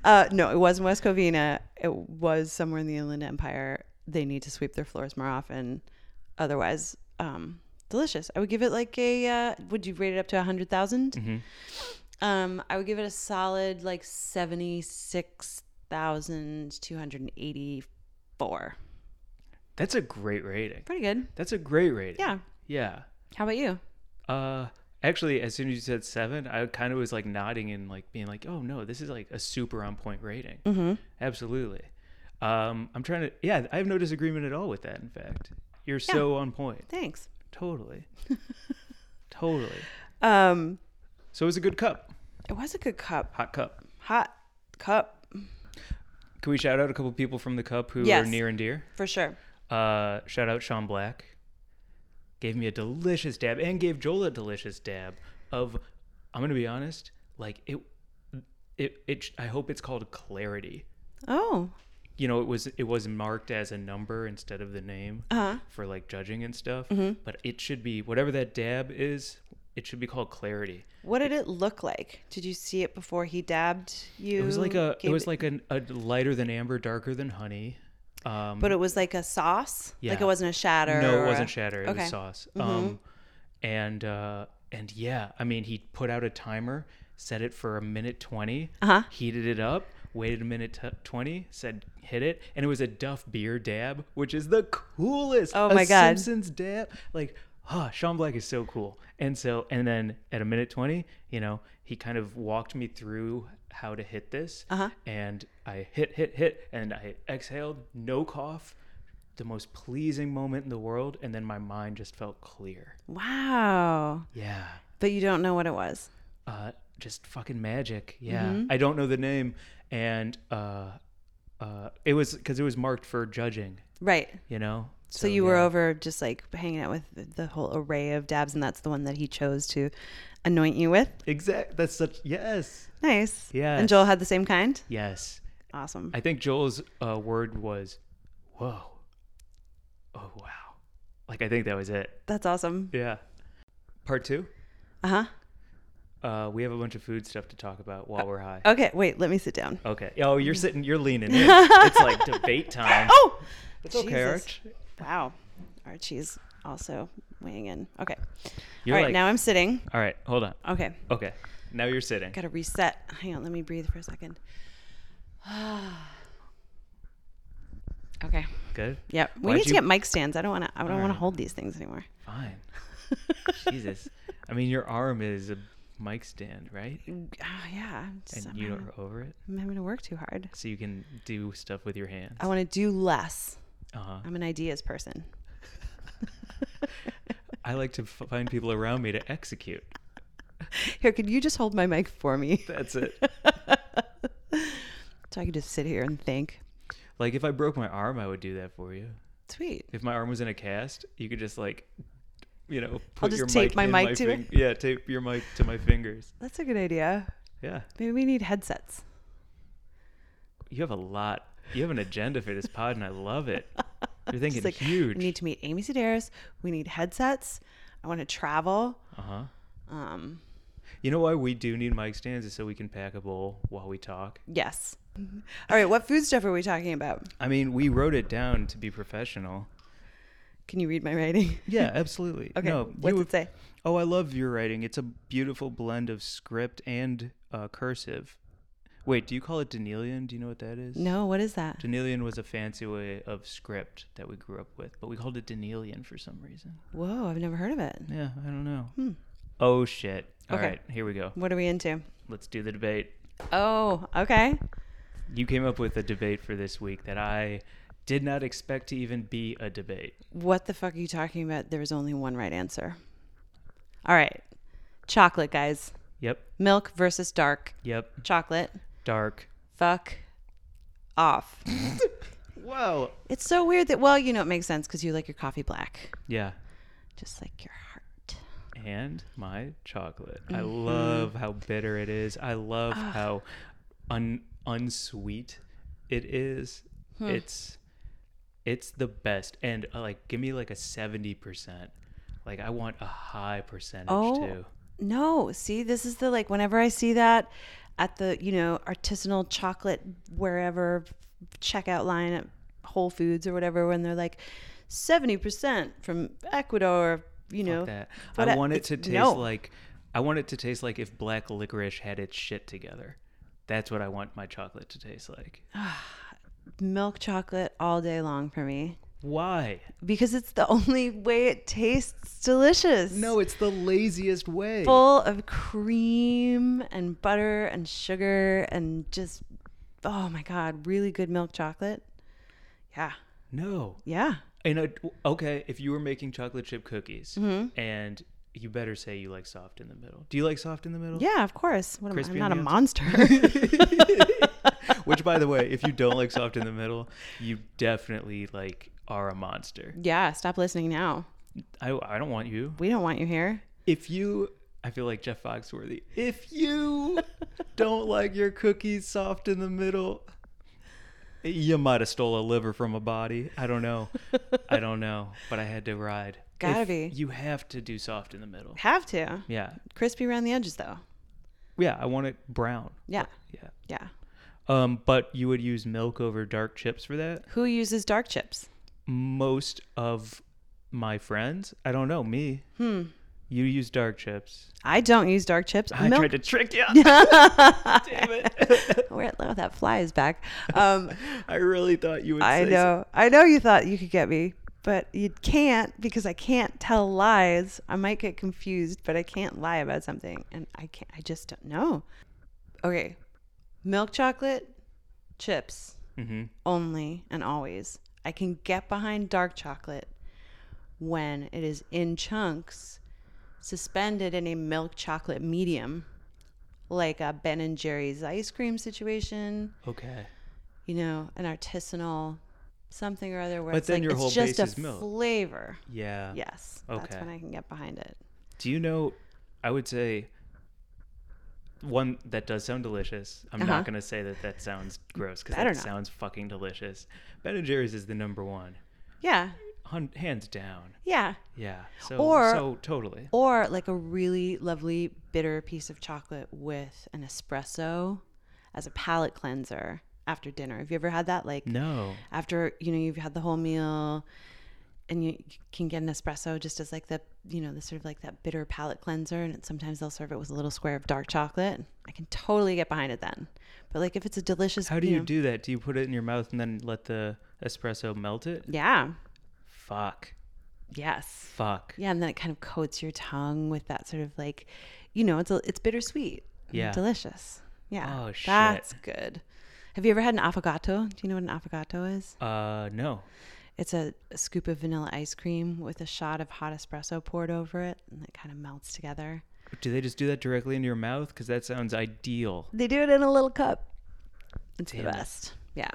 uh, no, it wasn't West Covina. It was somewhere in the Inland Empire. They need to sweep their floors more often. Otherwise, um, delicious. I would give it like a, uh, would you rate it up to 100,000? Um, I would give it a solid like 76,284.
that's a great rating.
Pretty good.
That's a great rating.
Yeah.
Yeah.
How about you?
Uh, actually, as soon as you said seven, I kind of was like nodding and like being like, "Oh no, this is like a super on point rating." Mm-hmm. Absolutely. Um, I'm trying to. Yeah, I have no disagreement at all with that. In fact, you're so on point.
Thanks.
Totally. totally.
Um,
So it was a good cup,
it was a good cup.
hot cup.
Hot cup
Can we shout out a couple people from the cup who
Yes.
are near and dear?
for sure.
Uh, shout out Sean Black. Gave me a delicious dab and gave Joel a delicious dab of, I'm gonna be honest, like it, it, it. I hope it's called clarity.
Oh,
You know, it was it was marked as a number instead of the name
Uh-huh. Mm-hmm.
for like judging and stuff. But it should be whatever that dab is. It should be called clarity.
What did it look like? Did you see it before he dabbed you?
It was like a. It
gave
was like an, a lighter than amber, darker than honey. Um,
but it was like a sauce. Like
Yeah.
it wasn't a shatter.
No,
or
it
a-
wasn't shatter. It
Okay. Mm-hmm.
was sauce. Um, and uh, and yeah, I mean, he put out a timer, set it for a minute 20
Uh-huh.
heated it up, waited a minute t- twenty, said hit it, and it was a Duff beer dab, which is the coolest.
Oh
A
my God.
Simpsons dab, like. Huh, Sean Black is so cool. And so, and then at a minute 20, you know, he kind of walked me through how to hit this.
Uh-huh.
And I hit, hit, hit, and I exhaled, no cough, the most pleasing moment in the world and then my mind just felt clear
Wow.
yeah
But you don't know what it was.
uh just fucking magic yeah
Mm-hmm.
i don't know the name and uh uh it was because it was marked for judging
Right.
you know
So, you were
yeah.
over just like hanging out with the- the whole array of dabs, and that's the one that he chose to anoint you with.
Exact. That's such yes,
Nice. And
Yes.
Joel had the same kind.
yes.
Awesome.
I think Joel's uh, word was, "Whoa, oh wow," like I think that was it.
That's awesome.
Yeah. Part two.
Uh huh.
Uh, we have a bunch of food stuff to talk about while we're high.
Okay. Wait. Let me sit down.
Okay. Oh, you're sitting. You're leaning in. it's like debate time.
Oh.
it's okay,
Jesus.
Arch.
Wow. Archie's also weighing in. Okay.
You're
All right.
like-
now I'm sitting.
All right. Hold on.
Okay.
Okay. Now you're sitting.
Gotta reset. Hang on. Let me breathe for a second. okay.
Good.
Yep. We
Why'd
need to
you-
get mic stands. I don't want to. I don't want
right.
to hold these things anymore.
Fine. Jesus. I mean, your arm is a mic stand, right? And
Oh, yeah. I'm, just, I'm,
you
having,
are over it,
I'm having to work too hard.
so you can do stuff with your hands.
I want to do less.
Uh-huh.
I'm an ideas person.
I like to f- find people around me to execute.
Here, could you just hold my mic for me
That's it.
so I can just sit here and think?
like if I broke my arm, I would do that for you.
Sweet.
If my arm was in a cast, you could just like, you know, put
just
your
tape
mic
my
in
mic to it.
fing- Yeah, tape your mic to my fingers.
That's a good idea.
Yeah,
Maybe we need headsets.
you have a lot. You have an agenda for this pod, and I love it. You're thinking
It's like
huge.
we need to meet Amy Sedaris. We need headsets. I want to travel.
uh huh.
Um,
You know why we do need mic stands is so we can pack a bowl while we talk.
yes. All right. What food stuff are we talking about?
I mean, we wrote it down to be professional.
Can you read my writing?
Yeah, absolutely.
Okay.
No,
What's
you-
it say?
Oh, I love your writing. It's a beautiful blend of script and uh, cursive. Wait, do you call it Denelian? Do you know what that is?
No. What is that?
Denelian was a fancy way of script that we grew up with, but we called it Denelian for some reason.
Whoa! I've never heard of it.
Yeah, I don't know. Oh, shit. All right,
Hmm. Okay.
here we go.
What are we into?
Let's do the debate.
Oh, okay.
You came up with a debate for this week that I did not expect to even be a debate.
What the fuck are you talking about? There was only one right answer. All right. Chocolate, guys.
Yep,
Milk versus dark.
yep,
Chocolate.
dark.
Fuck off.
Whoa.
It's so weird that, well, you know, it makes sense because you like your coffee black,
Yeah,
just like your heart.
and my chocolate. I
Mm-hmm.
love how bitter it is. I love how un unsweet it is.
Hmm.
It's it's the best. And uh, like give me like a 70%. Like I want a high percentage
Oh.
too.
No, see, this is the like, whenever I see that at the, you know, artisanal chocolate, wherever checkout line at Whole Foods or whatever, when they're like 70% from Ecuador, you know,
That
what
I
I-
want it
it's-
to taste
no.
like I want it to taste like if black licorice had its shit together. That's what I want my chocolate to taste like.
milk chocolate all day long for me
Why?
because it's the only way it tastes delicious.
No, it's the laziest way.
full of cream and butter and sugar and just oh my god, really good milk chocolate. Yeah.
No.
Yeah.
And uh, okay, if you were making chocolate chip cookies,
Mm-hmm.
and you better say you like soft in the middle. Do you like soft in the middle?
Yeah, of course. What am I?
Crispy
I'm not a
on the
monster.
Which, by the way, if you don't like soft in the middle, you definitely like are a monster.
yeah, stop listening now.
I I don't want you.
We don't want you here.
If you, I feel like Jeff Foxworthy. If you don't like your cookies soft in the middle, you might have stole a liver from a body. I don't know. I don't know. But I had to ride.
Gotta
If-
be.
You have to do soft in the middle.
Have to.
Yeah.
Crispy around the edges though.
Yeah, I want it brown.
Yeah.
Yeah.
Yeah.
Um, but you would use milk over dark chips for that?
Who uses dark chips?
Most of my friends, I don't know, me. Hmm. You use dark chips.
I don't use dark chips.
I
Milk
tried to trick you. Damn it.
Where oh, that fly is back. Um,
I really thought you would
I
say
know, I know. You thought you could get me, but you can't because I can't tell lies. I might get confused, but I can't lie about something, and I can't. I just don't know. Okay, milk chocolate chips
Mm-hmm.
only and always. I can get behind dark chocolate when it is in chunks, suspended in a milk chocolate medium, like a Ben and Jerry's ice cream situation
some- Okay.
you know, an artisanal something or other where
But
it's
then
like
your
it's
whole
just
base
a
is milk.
flavor.
Yeah.
Yes, that's
Okay.
when I can get behind it.
Do you know? I would say one that does sound delicious. I'm
Uh-huh.
not going to say that that sounds gross because that
Better not.
sounds fucking delicious. Ben and Jerry's is the number one,
Yeah,
Hun- hands down.
yeah.
Yeah. So,
Or-
so totally.
Or like a really lovely bitter piece of chocolate with an espresso as a palate cleanser after dinner. Have you ever had that? Like
No.
after you know you've had the whole meal and you you can get an espresso just as like the you know the sort of like that bitter palate cleanser and sometimes they'll serve it with a little square of dark chocolate i can totally get behind it then but like if it's a delicious
How do you
know-
do that? Do you put it in your mouth and then let the espresso melt it?
yeah
Fuck.
yes
Fuck.
yeah and then it kind of coats your tongue with that sort of like you know it's a, it's bittersweet and
Yeah.
delicious yeah
Oh, shit.
that's good have you ever had an affogato do you know what an affogato is
Uh, no.
It's a, a scoop of vanilla ice cream with a shot of hot espresso poured over it, and it kind of melts together.
Do they just do that directly into your mouth? Because that sounds ideal.
They do it in a little cup. It's
Damn
the
it.
best. Yeah.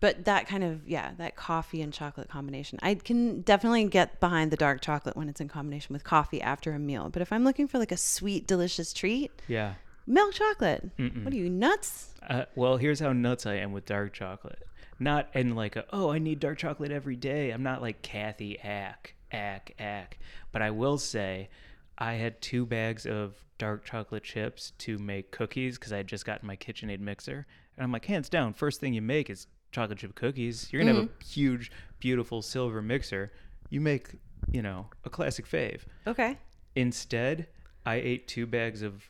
But that kind of, yeah, that coffee and chocolate combination. I can definitely get behind the dark chocolate when it's in combination with coffee after a meal. But if I'm looking for like a sweet, delicious treat,
Yeah.
milk chocolate. What are you, nuts?
Uh, well, here's how nuts I am with dark chocolate. Not in like a, oh, I need dark chocolate every day. I'm not like Kathy Ack, Ack, Ack. But I will say, I had two bags of dark chocolate chips to make cookies because I had just gotten my KitchenAid mixer. And I'm like, hands down, first thing you make is chocolate chip cookies. You're going to have a huge, beautiful silver mixer. You make, you know, a classic fave.
Okay.
Instead, I ate two bags of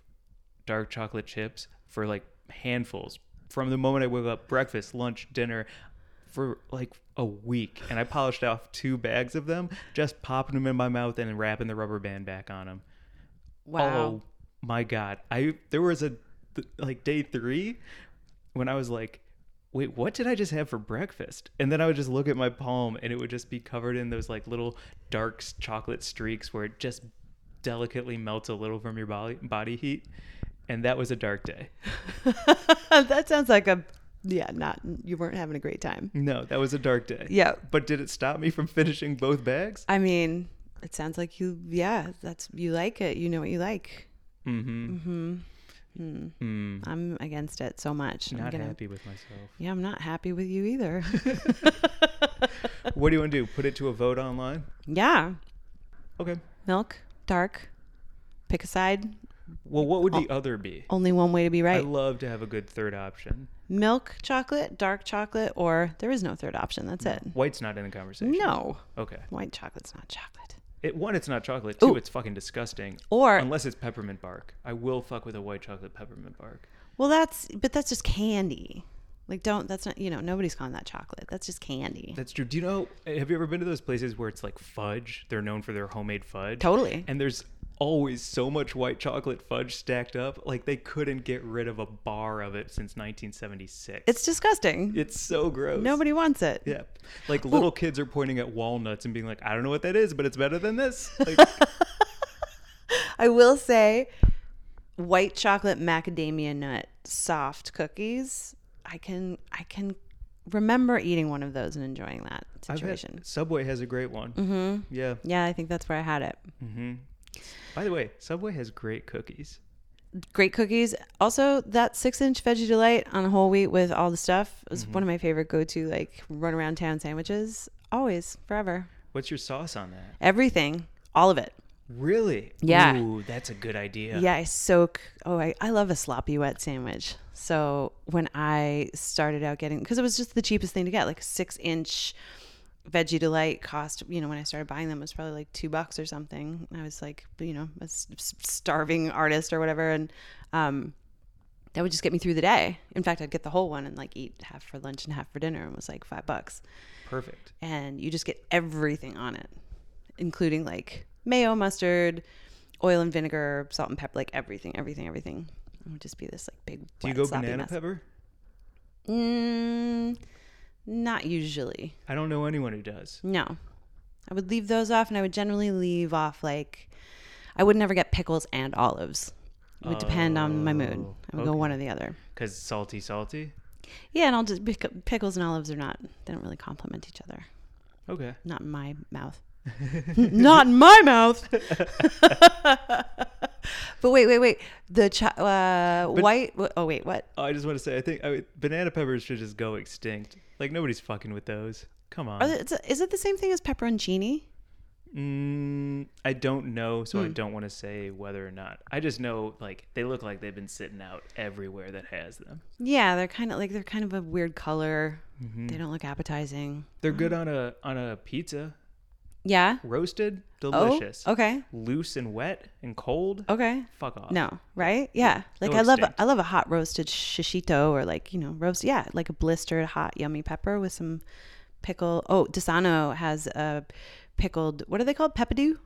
dark chocolate chips for like handfuls from the moment I woke up, breakfast, lunch, dinner, for like a week. And I polished off two bags of them, just popping them in my mouth and wrapping the rubber band back on them.
Wow.
Oh my god! I there was a th- like day three when I was like, wait, what did I just have for breakfast? And then I would just look at my palm, and it would just be covered in those like little dark s- chocolate streaks where it just delicately melts a little from your body body heat. And that was a dark day.
that sounds like a, yeah, not, you weren't having a great time.
No, that was a dark day.
Yeah.
But did it stop me from finishing both bags?
I mean, it sounds like you. Yeah, that's you like it. You know what you like.
Mm-hmm. Mm.
I'm against it so much. I'm
Not
gonna-
happy with myself.
Yeah, I'm not happy with you either.
What do you want to do? Put it to a vote online?
yeah,
Okay.
milk, dark. Pick a side.
Well, what would the other be?
Only one way to be
I
right.
love to have a good third option.
milk, chocolate, dark chocolate, or there is no third option. That's it.
White's not in the conversation.
No,
Okay.
white chocolate's not chocolate.
It, one, it's not chocolate. Two,
Ooh.
it's fucking disgusting.
Or
Unless it's peppermint bark. I will fuck with a white chocolate peppermint bark.
well, that's but that's just candy. Like don't. That's not. You know, nobody's calling that chocolate. That's just candy.
That's true. Do you know, have you ever been to those places where it's like fudge? They're known for their homemade fudge.
Totally.
And there's always so much white chocolate fudge stacked up. Like they couldn't get rid of a bar of it since 1976.
It's disgusting.
it's so gross.
Nobody wants it.
Yeah. Like little kids are pointing at walnuts and being like, I don't know what that is, but it's better than this. Like,
I will say white chocolate macadamia nut soft cookies. I can I can remember eating one of those and enjoying that
I've had-
situation.
Subway has a great one. Mm-hmm. Yeah.
Yeah, I think that's where I had it.
By the way, Subway has great cookies.
Great cookies. Also, that six inch veggie delight on whole wheat with all the stuff was one of my favorite go to like run around town sandwiches. Always, forever.
What's your sauce on that?
Everything. All of it.
Really?
Yeah.
Ooh, that's a good idea.
Yeah, I soak. Oh, I, I love a sloppy wet sandwich. So when I started out getting, because it was just the cheapest thing to get, like a six inch veggie delight cost, you know, when I started buying them, it was probably like two bucks or something. And I was like, you know, a s- s- starving artist or whatever. And um, that would just get me through the day. In fact, I'd get the whole one and like eat half for lunch and half for dinner. And it was like five bucks
Perfect.
and you just get everything on it, including like mayo, mustard, oil and vinegar, salt and pepper, like everything, everything, everything. It would just be this like big.
Do you
wet,
go
sloppy
banana
mess.
pepper?
Mm, not usually.
I don't know anyone who does.
No, I would leave those off, and I would generally leave off like I would never get pickles and
Oh,
olives. It would depend on my mood. I would go one or the other.
Because salty, salty?
Yeah, and I'll just pick up pickles and olives are not they don't really complement each other.
Okay.
Not in my mouth. not in my mouth. but wait, wait, wait. The chi- uh, white. wh- Oh wait, what?
Oh, I just want to say, I think I would- banana peppers should just go extinct. Like nobody's fucking with those. Come on.
Are the- it's- is it the same thing as pepperoncini?
Mm, I don't know, so I
Hmm.
don't want to say whether or not. I just know like they look like they've been sitting out everywhere that has them.
Yeah, they're kind of like they're kind of a weird color. They don't look appetizing.
They're good on a on a pizza,
Yeah.
roasted, delicious,
Oh, okay.
loose and wet and cold.
Okay.
Fuck off.
No, right? Yeah. Like
Go
I love
extinct.
I love a hot roasted shishito or like, you know, roast yeah, like a blistered hot yummy pepper with some pickle. Oh, Desano has a pickled what are they called? Pepidoo?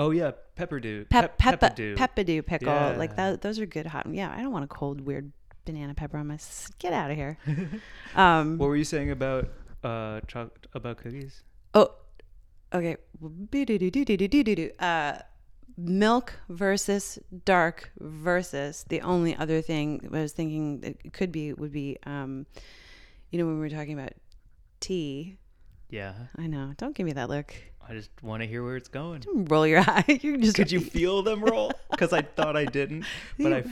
Oh yeah, pepperdew.
Pep
pep-
peppa-
pepperdew.
pepidoo pickle.
Yeah.
Like that those are good hot. Yeah, I don't want a cold weird banana pepper on my s- get out of here. um
what were you saying about uh cho- about cookies?
Oh, okay. Boo-doo-doo-doo-doo-doo-doo-doo. Uh, milk versus dark versus the only other thing that I was thinking it could be would be, um, you know, when we were talking about tea.
Yeah,
I know. Don't give me that look.
I just want to hear where it's going.
Roll your eye. You're just.
Could you feel them roll? Because I thought I didn't, but I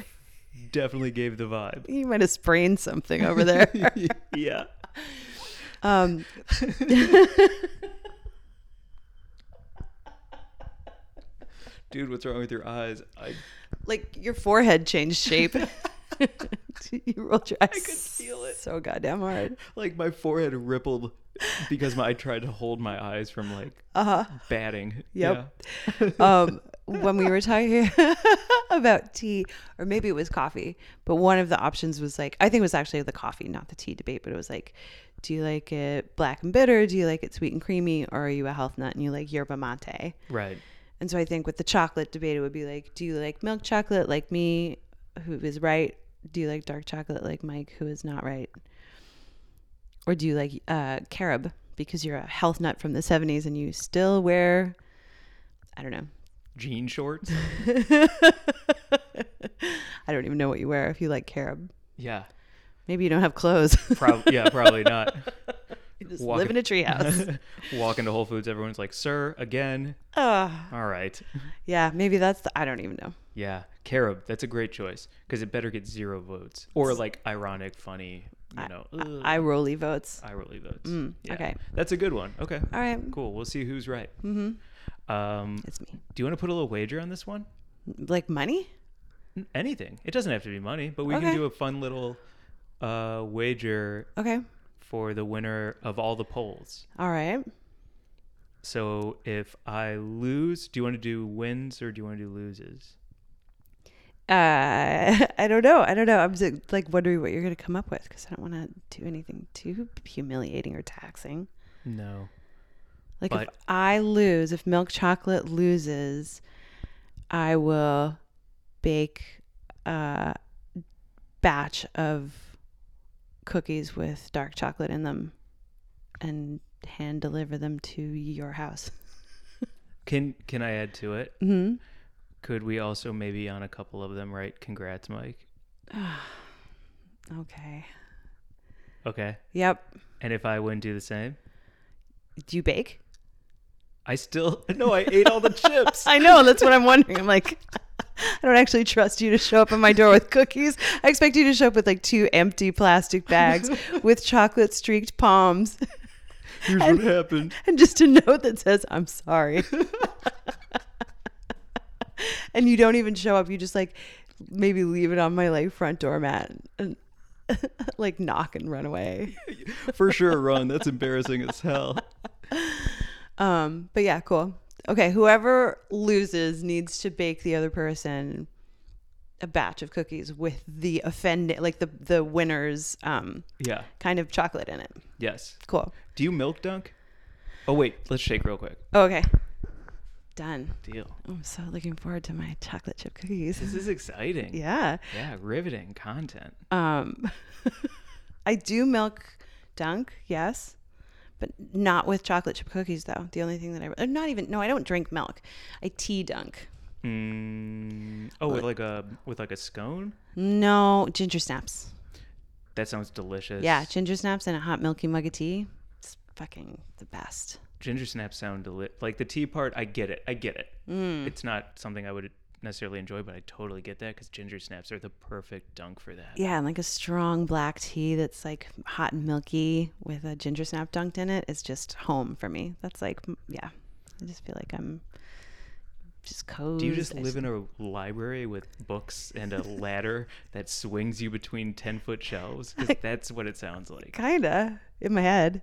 definitely gave the vibe.
You might have sprained something over there.
yeah.
um,
Dude, what's wrong with your eyes? I
like your forehead changed shape. you rolled your eyes. I could
feel it.
So goddamn hard.
like my forehead rippled because my, I tried to hold my eyes from like batting.
Uh-huh. Yep. um, when we were talking about tea, or maybe it was coffee, but one of the options was like, I think it was actually the coffee, not the tea debate, but it was like, do you like it black and bitter? Do you like it sweet and creamy? Or are you a health nut and you like yerba mate?
Right.
And so I think with the chocolate debate, it would be like, do you like milk chocolate like me, who is right? Do you like dark chocolate like Mike, who is not right? Or do you like uh, carob because you're a health nut from the 70s and you still wear, I don't know,
Jean shorts.
I don't even know what you wear if you like carob.
Yeah.
Maybe you don't have clothes.
Prob- yeah, probably not.
You just
Walk
live
it-
in a treehouse.
Walk into Whole Foods, everyone's like, "Sir, again."
Ah,
All right.
yeah, maybe that's the, I don't even know.
Yeah, carob. That's a great choice because it better get zero votes or like ironic, funny. You know, ugh,
I rolly votes.
I really votes.
okay.
that's a good one. Okay,
All right,
cool. We'll see who's right. Mm-hmm. Um,
it's me.
do you want to put a little wager on this one?
Like money?
N- Anything. It doesn't have to be money, but we can
Okay.
do a fun little uh, wager
Okay.
for the winner of all the polls.
All right.
So if I lose, do you want to do wins or do you want to do loses?
Uh, I don't know. I don't know. I'm just like wondering what you're going to come up with because I don't want to do anything too humiliating or taxing.
No.
Like if
But-
I lose, if milk chocolate loses, I will bake a batch of cookies with dark chocolate in them and hand deliver them to your house.
Can Can I add to it?
hmm
Could we also maybe on a couple of them write congrats, Mike?
Okay.
Okay.
Yep.
And if I wouldn't do the same,
Do you bake?
I still no, I ate all the chips.
I know. That's what I'm wondering. I'm like, I don't actually trust you to show up at my door with cookies. I expect you to show up with like two empty plastic bags with chocolate streaked palms
Here's what happened.
and just a note that says, I'm sorry. and you don't even show up. You just like maybe leave it on my like front doormat and like knock and run away.
For sure, Ron. That's embarrassing as hell.
Um, but yeah, cool. Okay, whoever loses needs to bake the other person a batch of cookies with the offending, like the the winner's um,
Yeah.
kind of chocolate in it.
Yes.
Cool.
Do you milk dunk? Oh wait, let's shake real quick.
Oh, okay, done.
Deal.
I'm so looking forward to my chocolate chip cookies.
This is exciting.
Yeah.
Yeah, riveting content.
Um, I do milk dunk, yes, but not with chocolate chip cookies though. The only thing that I or not even no, I don't drink milk. I tea dunk. uh,
Mm, oh, with like a with like a scone.
No ginger snaps.
That sounds delicious.
Yeah, ginger snaps and a hot milky mug of tea. It's fucking the best.
ginger snaps sound deli- like the tea part. I get it. I get it.
Mm.
It's not something I would necessarily enjoy, but I totally get that because ginger snaps are the perfect dunk for that.
Yeah, and like a strong black tea that's like hot and milky with a ginger snap dunked in it is just home for me. That's like, m- yeah, I just feel like I'm just cozy.
Do you just live in a library with books and a ladder that swings you between ten foot shelves? 'Cause that's what it sounds
Oh
like.
Kinda in my head.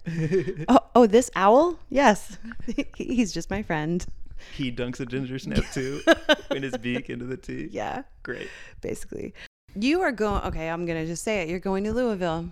oh, oh, this owl? Yes, he's just my friend.
He dunks a ginger snap too in his beak into the tea.
Yeah,
Great.
basically. You are going. Okay, I'm gonna just say it. You're going to Louisville.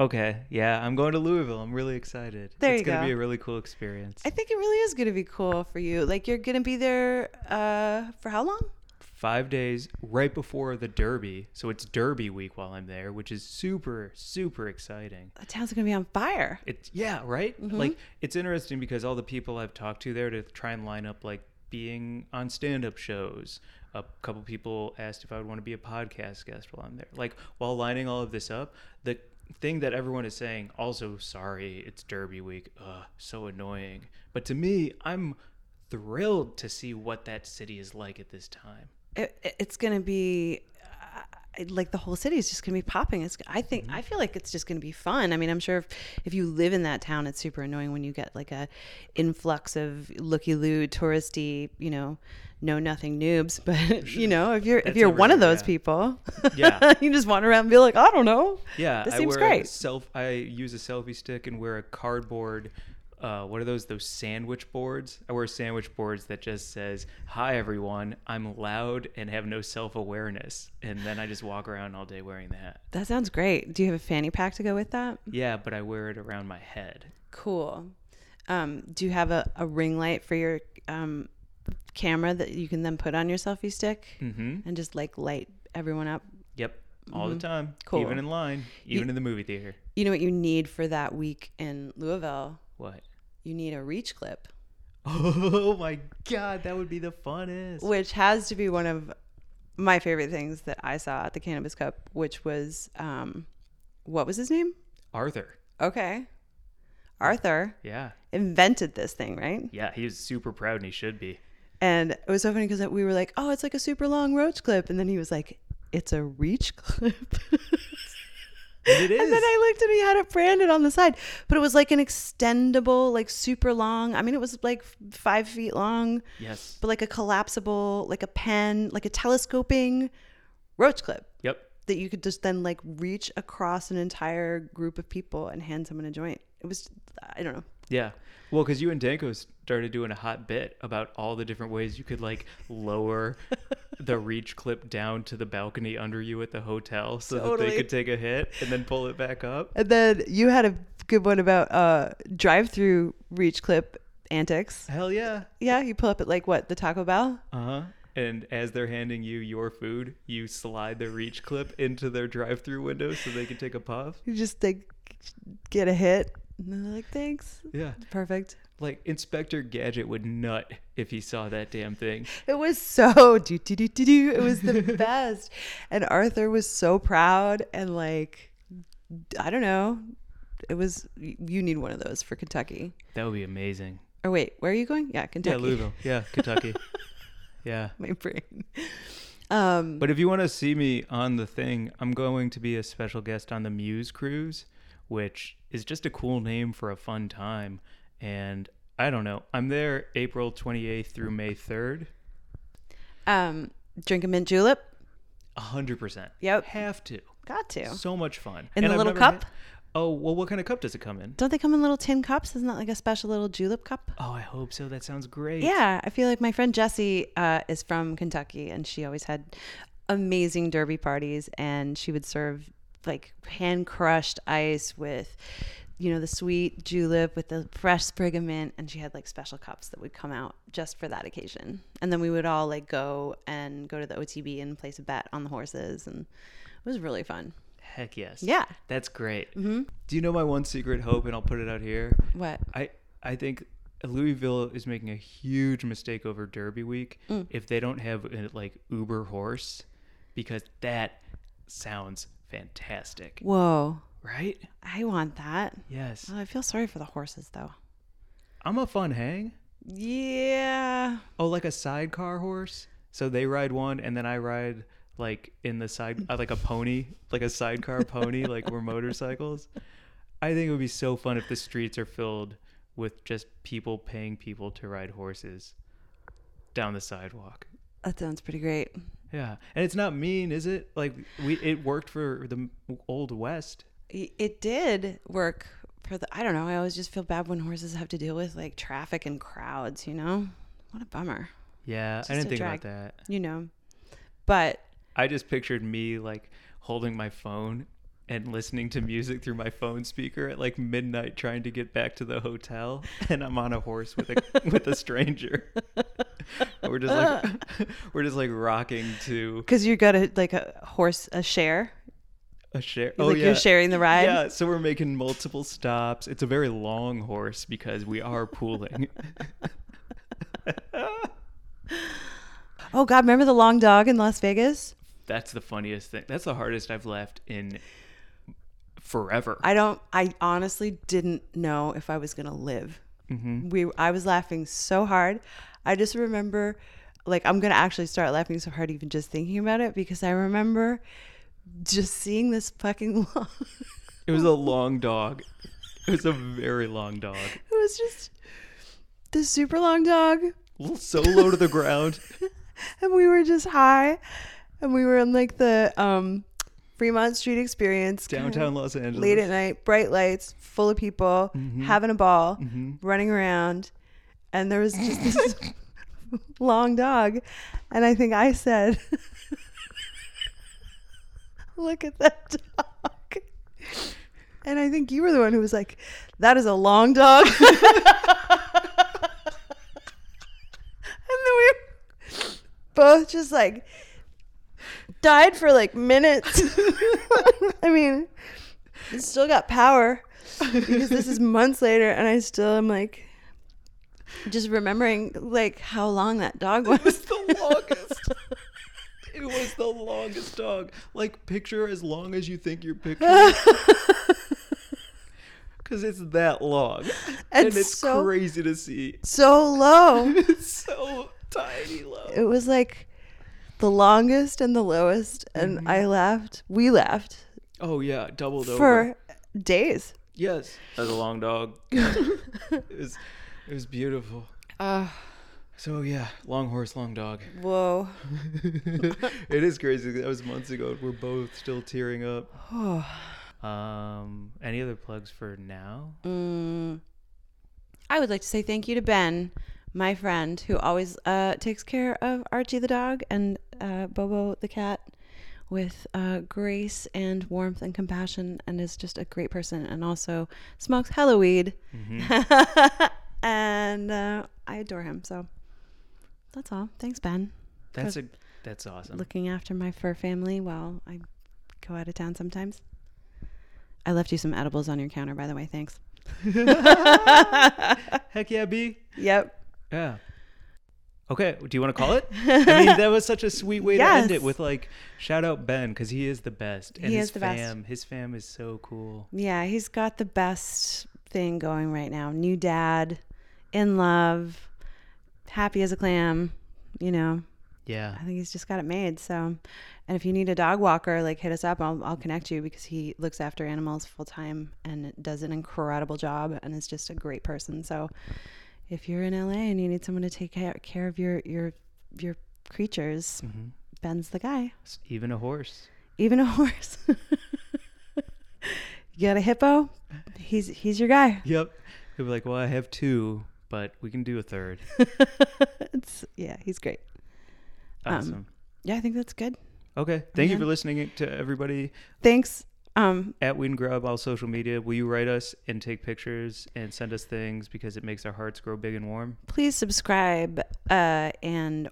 Okay. Yeah, I'm going to Louisville. I'm really excited.
There
it's
you
gonna
go.
be a really cool experience.
I think it really is gonna be cool for you. Like you're gonna be there uh, for how long?
five days right before the Derby. So it's Derby week while I'm there, which is super, super exciting.
The town's gonna be on fire.
It's yeah, right? Like it's interesting because all the people I've talked to there to try and line up like being on stand up shows. A couple people asked if I would want to be a podcast guest while I'm there. Like while lining all of this up, the thing that everyone is saying, also sorry, it's Derby week. Ugh, so annoying. But to me, I'm thrilled to see what that city is like at this time.
it, it- it's going to be uh, like the whole city is just going to be popping. It's, I think, I feel like it's just going to be fun. I mean, I'm sure if, if you live in that town, it's super annoying when you get like a influx of looky loo, touristy, you know, know nothing noobs. But you know, if you're if
That's
you're one of
everywhere,
those
yeah.
people,
Yeah.
you just wander around and be like, I don't know.
Yeah,
this
I
seems
wear a
great.
Self, I use a selfie stick and wear a cardboard. Uh, what are those? Those sandwich boards. I wear sandwich boards that just says "Hi everyone, I'm loud and have no self awareness," and then I just walk around all day wearing that.
That sounds great. Do you have a fanny pack to go with that?
Yeah, but I wear it around my head.
Cool. Um, do you have a, a ring light for your um, camera that you can then put on your selfie stick and just like light everyone up?
Yep, all the time.
Mm-hmm. Cool.
Even in line, even in the movie theater.
You know what you need for that week in Louisville?
What?
You need a reach clip,
Oh my god, that would be the funnest.
which has to be one of my favorite things that I saw at the Cannabis Cup, which was um, what was his name?
Arthur.
Okay. Arthur
Yeah,
invented this thing, right?
yeah, he was super proud and he should be.
And it was so funny because we were like, oh, it's like a super long roach clip. And then he was like, it's a reach clip.
And it is.
And then I looked and he had it branded on the side, but it was like an extendable, like super long. I mean, it was like f- five feet long,
yes.
but like a collapsible, like a pen, like a telescoping roach clip
Yep.
that you could just then like reach across an entire group of people and hand someone a joint. It was, I don't know.
Yeah. Well, because you and Danko started doing a hot bit about all the different ways you could like lower the reach clip down to the balcony under you at the hotel so that they
Totally.
could take a hit and then pull it back up.
And then you had a good one about uh, drive through reach clip antics.
Hell yeah.
Yeah, you pull up at like what, the Taco Bell?
Uh huh. And as they're handing you your food, you slide the reach clip into their drive through window so they can take a puff.
You just like get a hit. And they're like, thanks.
Yeah.
Perfect.
Like Inspector Gadget would nut if he saw that damn thing.
It was so do do do do do. It was the best, and Arthur was so proud and like, I don't know. It was you need one of those for Kentucky.
That would be amazing.
Or wait, where are you going? Yeah, Kentucky.
Yeah, Louisville. Yeah, Kentucky. yeah.
My brain. Um,
But if you want to see me on the thing, I'm going to be a special guest on the Muse Cruise, which is just a cool name for a fun time. And I don't know. I'm there April 28th through May 3rd.
um, drink a mint julep.
100%.
Yep.
Have to.
Got to.
So much fun.
In the
I've
little
never
cup?
had- oh, well, what kind of cup does it come in?
Don't they come in little tin cups? Isn't that like a special little julep cup?
Oh, I hope so. That sounds great.
Yeah, I feel like my friend Jessie uh, is from Kentucky, and she always had amazing derby parties, and she would serve like hand crushed ice with, you know, the sweet julep with the fresh sprig of mint, and she had like special cups that would come out just for that occasion, and then we would all like go and go to the OTB and place a bet on the horses, and it was really fun.
Heck yes.
Yeah. Mm-hmm.
That's great. Do you know my one secret hope? And I'll put it out here.
What?
I I think Louisville is making a huge mistake over Derby Week if they don't have a, like Uber horse because that sounds fantastic.
Whoa.
Right?
I want that.
Yes.
Oh, I feel sorry for the horses though.
I'm a fun hang.
Yeah.
Oh, like a sidecar horse. So they ride one, and then I ride like in the side, uh, like a pony, like a sidecar pony, like we're motorcycles. I think it would be so fun if the streets are filled with just people paying people to ride horses down the sidewalk.
That sounds pretty great.
Yeah, and it's not mean, is it? Like we, it worked for the old west.
I- It did work for the I don't know, I always just feel bad when horses have to deal with like traffic and crowds, you know? What a bummer.
Yeah, I
just
didn't
a
think
drag.
about that.
You know. But
I just pictured me like holding my phone and listening to music through my phone speaker at like midnight trying to get back to the hotel and I'm on a horse with a with a stranger. we're just like we're just like rocking to
cuz you got a like a horse a share,
a share.
like you're sharing the ride.
Oh, Yeah, so we're making multiple stops. It's a very long horse because we are pooling.
Oh god, remember the long dog in Las Vegas?
That's the funniest thing. That's the hardest I've left in forever.
I don't I honestly didn't know if I was going to live. We I was laughing so hard. I just remember like I'm going to actually start laughing so hard even just thinking about it because I remember just seeing this fucking long
It was a long dog. It was a very long dog.
It was just the super long dog
So low to the ground.
and we were just high and we were in like the um Fremont Street experience kinda
Downtown Los Angeles.
late at night, bright lights, full of people, having a ball, running around, and there was just this long dog, and I think I said, "Look at that dog," and I think you were the one who was like, "That is a long dog," and then we both just like died for like minutes. I mean, it's still got power because this is months later, and I still am like just remembering like how long that dog was.
It was the longest. it was the longest dog. Like picture as long as you think your picture. Because it's that long,
And
and, it's
so-
crazy to see.
so low.
It's so tiny low.
It was like the longest and the lowest, and I laughed. We laughed
oh yeah, doubled over.
for days.
Yes, as a long dog. it was, it was beautiful.
Uh,
So yeah, long horse, long dog.
whoa.
it is crazy. That was months ago. We're both still tearing up. um, any other plugs for now?
Uh, I would like to say thank you to Ben, my friend, who always uh, takes care of Archie the dog and uh, Bobo the cat with uh, grace and warmth and compassion, and is just a great person and also smokes hella weed. and uh, I adore him. So that's all. Thanks, Ben,
That's a that's awesome.
looking after my fur family while I go out of town sometimes. I left you some edibles on your counter, by the way. Thanks.
Heck yeah, B.
Yep.
Yeah. Okay, do you want to call it? I mean, that was such a sweet way to end
Yes.
it with like shout out Ben because he is the best and
He
his
is the best.
fam. His fam is so cool.
Yeah, he's got the best thing going right now. New dad, in love, happy as a clam. You know,
Yeah,
I think he's just got it made. So, and if you need a dog walker, like hit us up. I'll, I'll connect you because he looks after animals full time and does an incredible job and is just a great person. So, if you're in LA and you need someone to take care, care of your your your creatures, Ben's the guy.
S- even a horse.
Even a horse. you got a hippo? He's he's your guy.
Yep. He'll be like, well, I have two, but we can do a third.
It's yeah, he's great.
Awesome.
Yeah, I think that's good.
okay. Thank you for listening to everybody.
Thanks. Um,
at Wingrub, all social media. Will you write us and take pictures and send us things because it makes our hearts grow big and warm?
please subscribe uh, and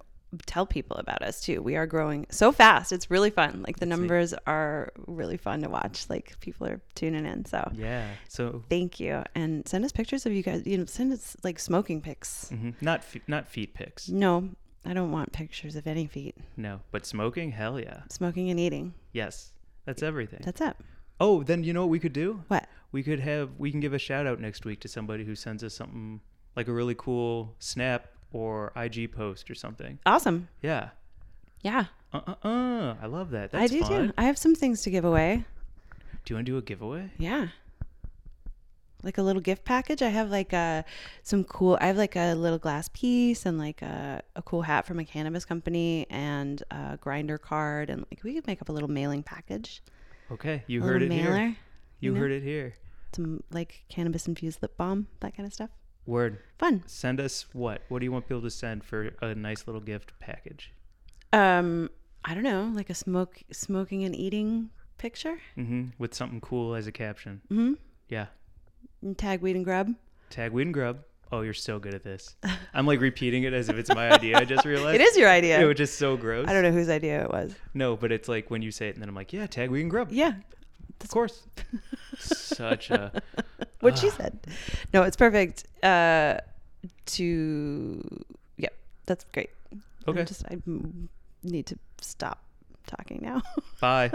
tell people about us too. We are growing so fast. It's really fun. Like the numbers are really fun to watch. Like people are tuning in. So
Yeah. So
thank you, and send us pictures of you guys. You know, send us like smoking pics.
mhm. not fe- not feet pics.
No, I don't want pictures of any feet.
No, but smoking, hell yeah.
Smoking and eating.
Yes. That's everything.
That's it.
oh, then you know what we could do?
What?
We could have we can give a shout out next week to somebody who sends us something like a really cool snap or IG post or something.
Awesome.
Yeah.
Yeah.
Uh uh uh. I love that.
I
That's
do
fun.
too. I have some things to give away.
Do you want to do a giveaway?
Yeah. Like a little gift package. I have like a some cool I have like a little glass piece and like a, a cool hat from a cannabis company and a grinder card and like we could make up a little mailing package.
Okay, you
a
heard it
little mailer.
here. You
know?
heard it here.
Some like cannabis infused lip balm, that kind of stuff.
Word.
Fun.
Send us what? What do you want people to send for a nice little gift package?
Um I don't know, like a smoke smoking and eating picture.
Mm-hmm. With something cool as a caption.
Mm-hmm.
Yeah.
And tag weed and grub.
Tag Weed and Grub. Oh, you're so good at this. I'm like repeating it as if it's my idea. I just
It
realized.
is your idea.
It was just so gross.
I don't know whose idea it was.
No, but it's like when you say it, and then I'm like, yeah, tag Weed and Grub.
Yeah.
Of course. Such a.
what she said. No, it's perfect. Uh, to yeah, that's great. I'm
Okay.
just I m- need to stop talking now.
Bye.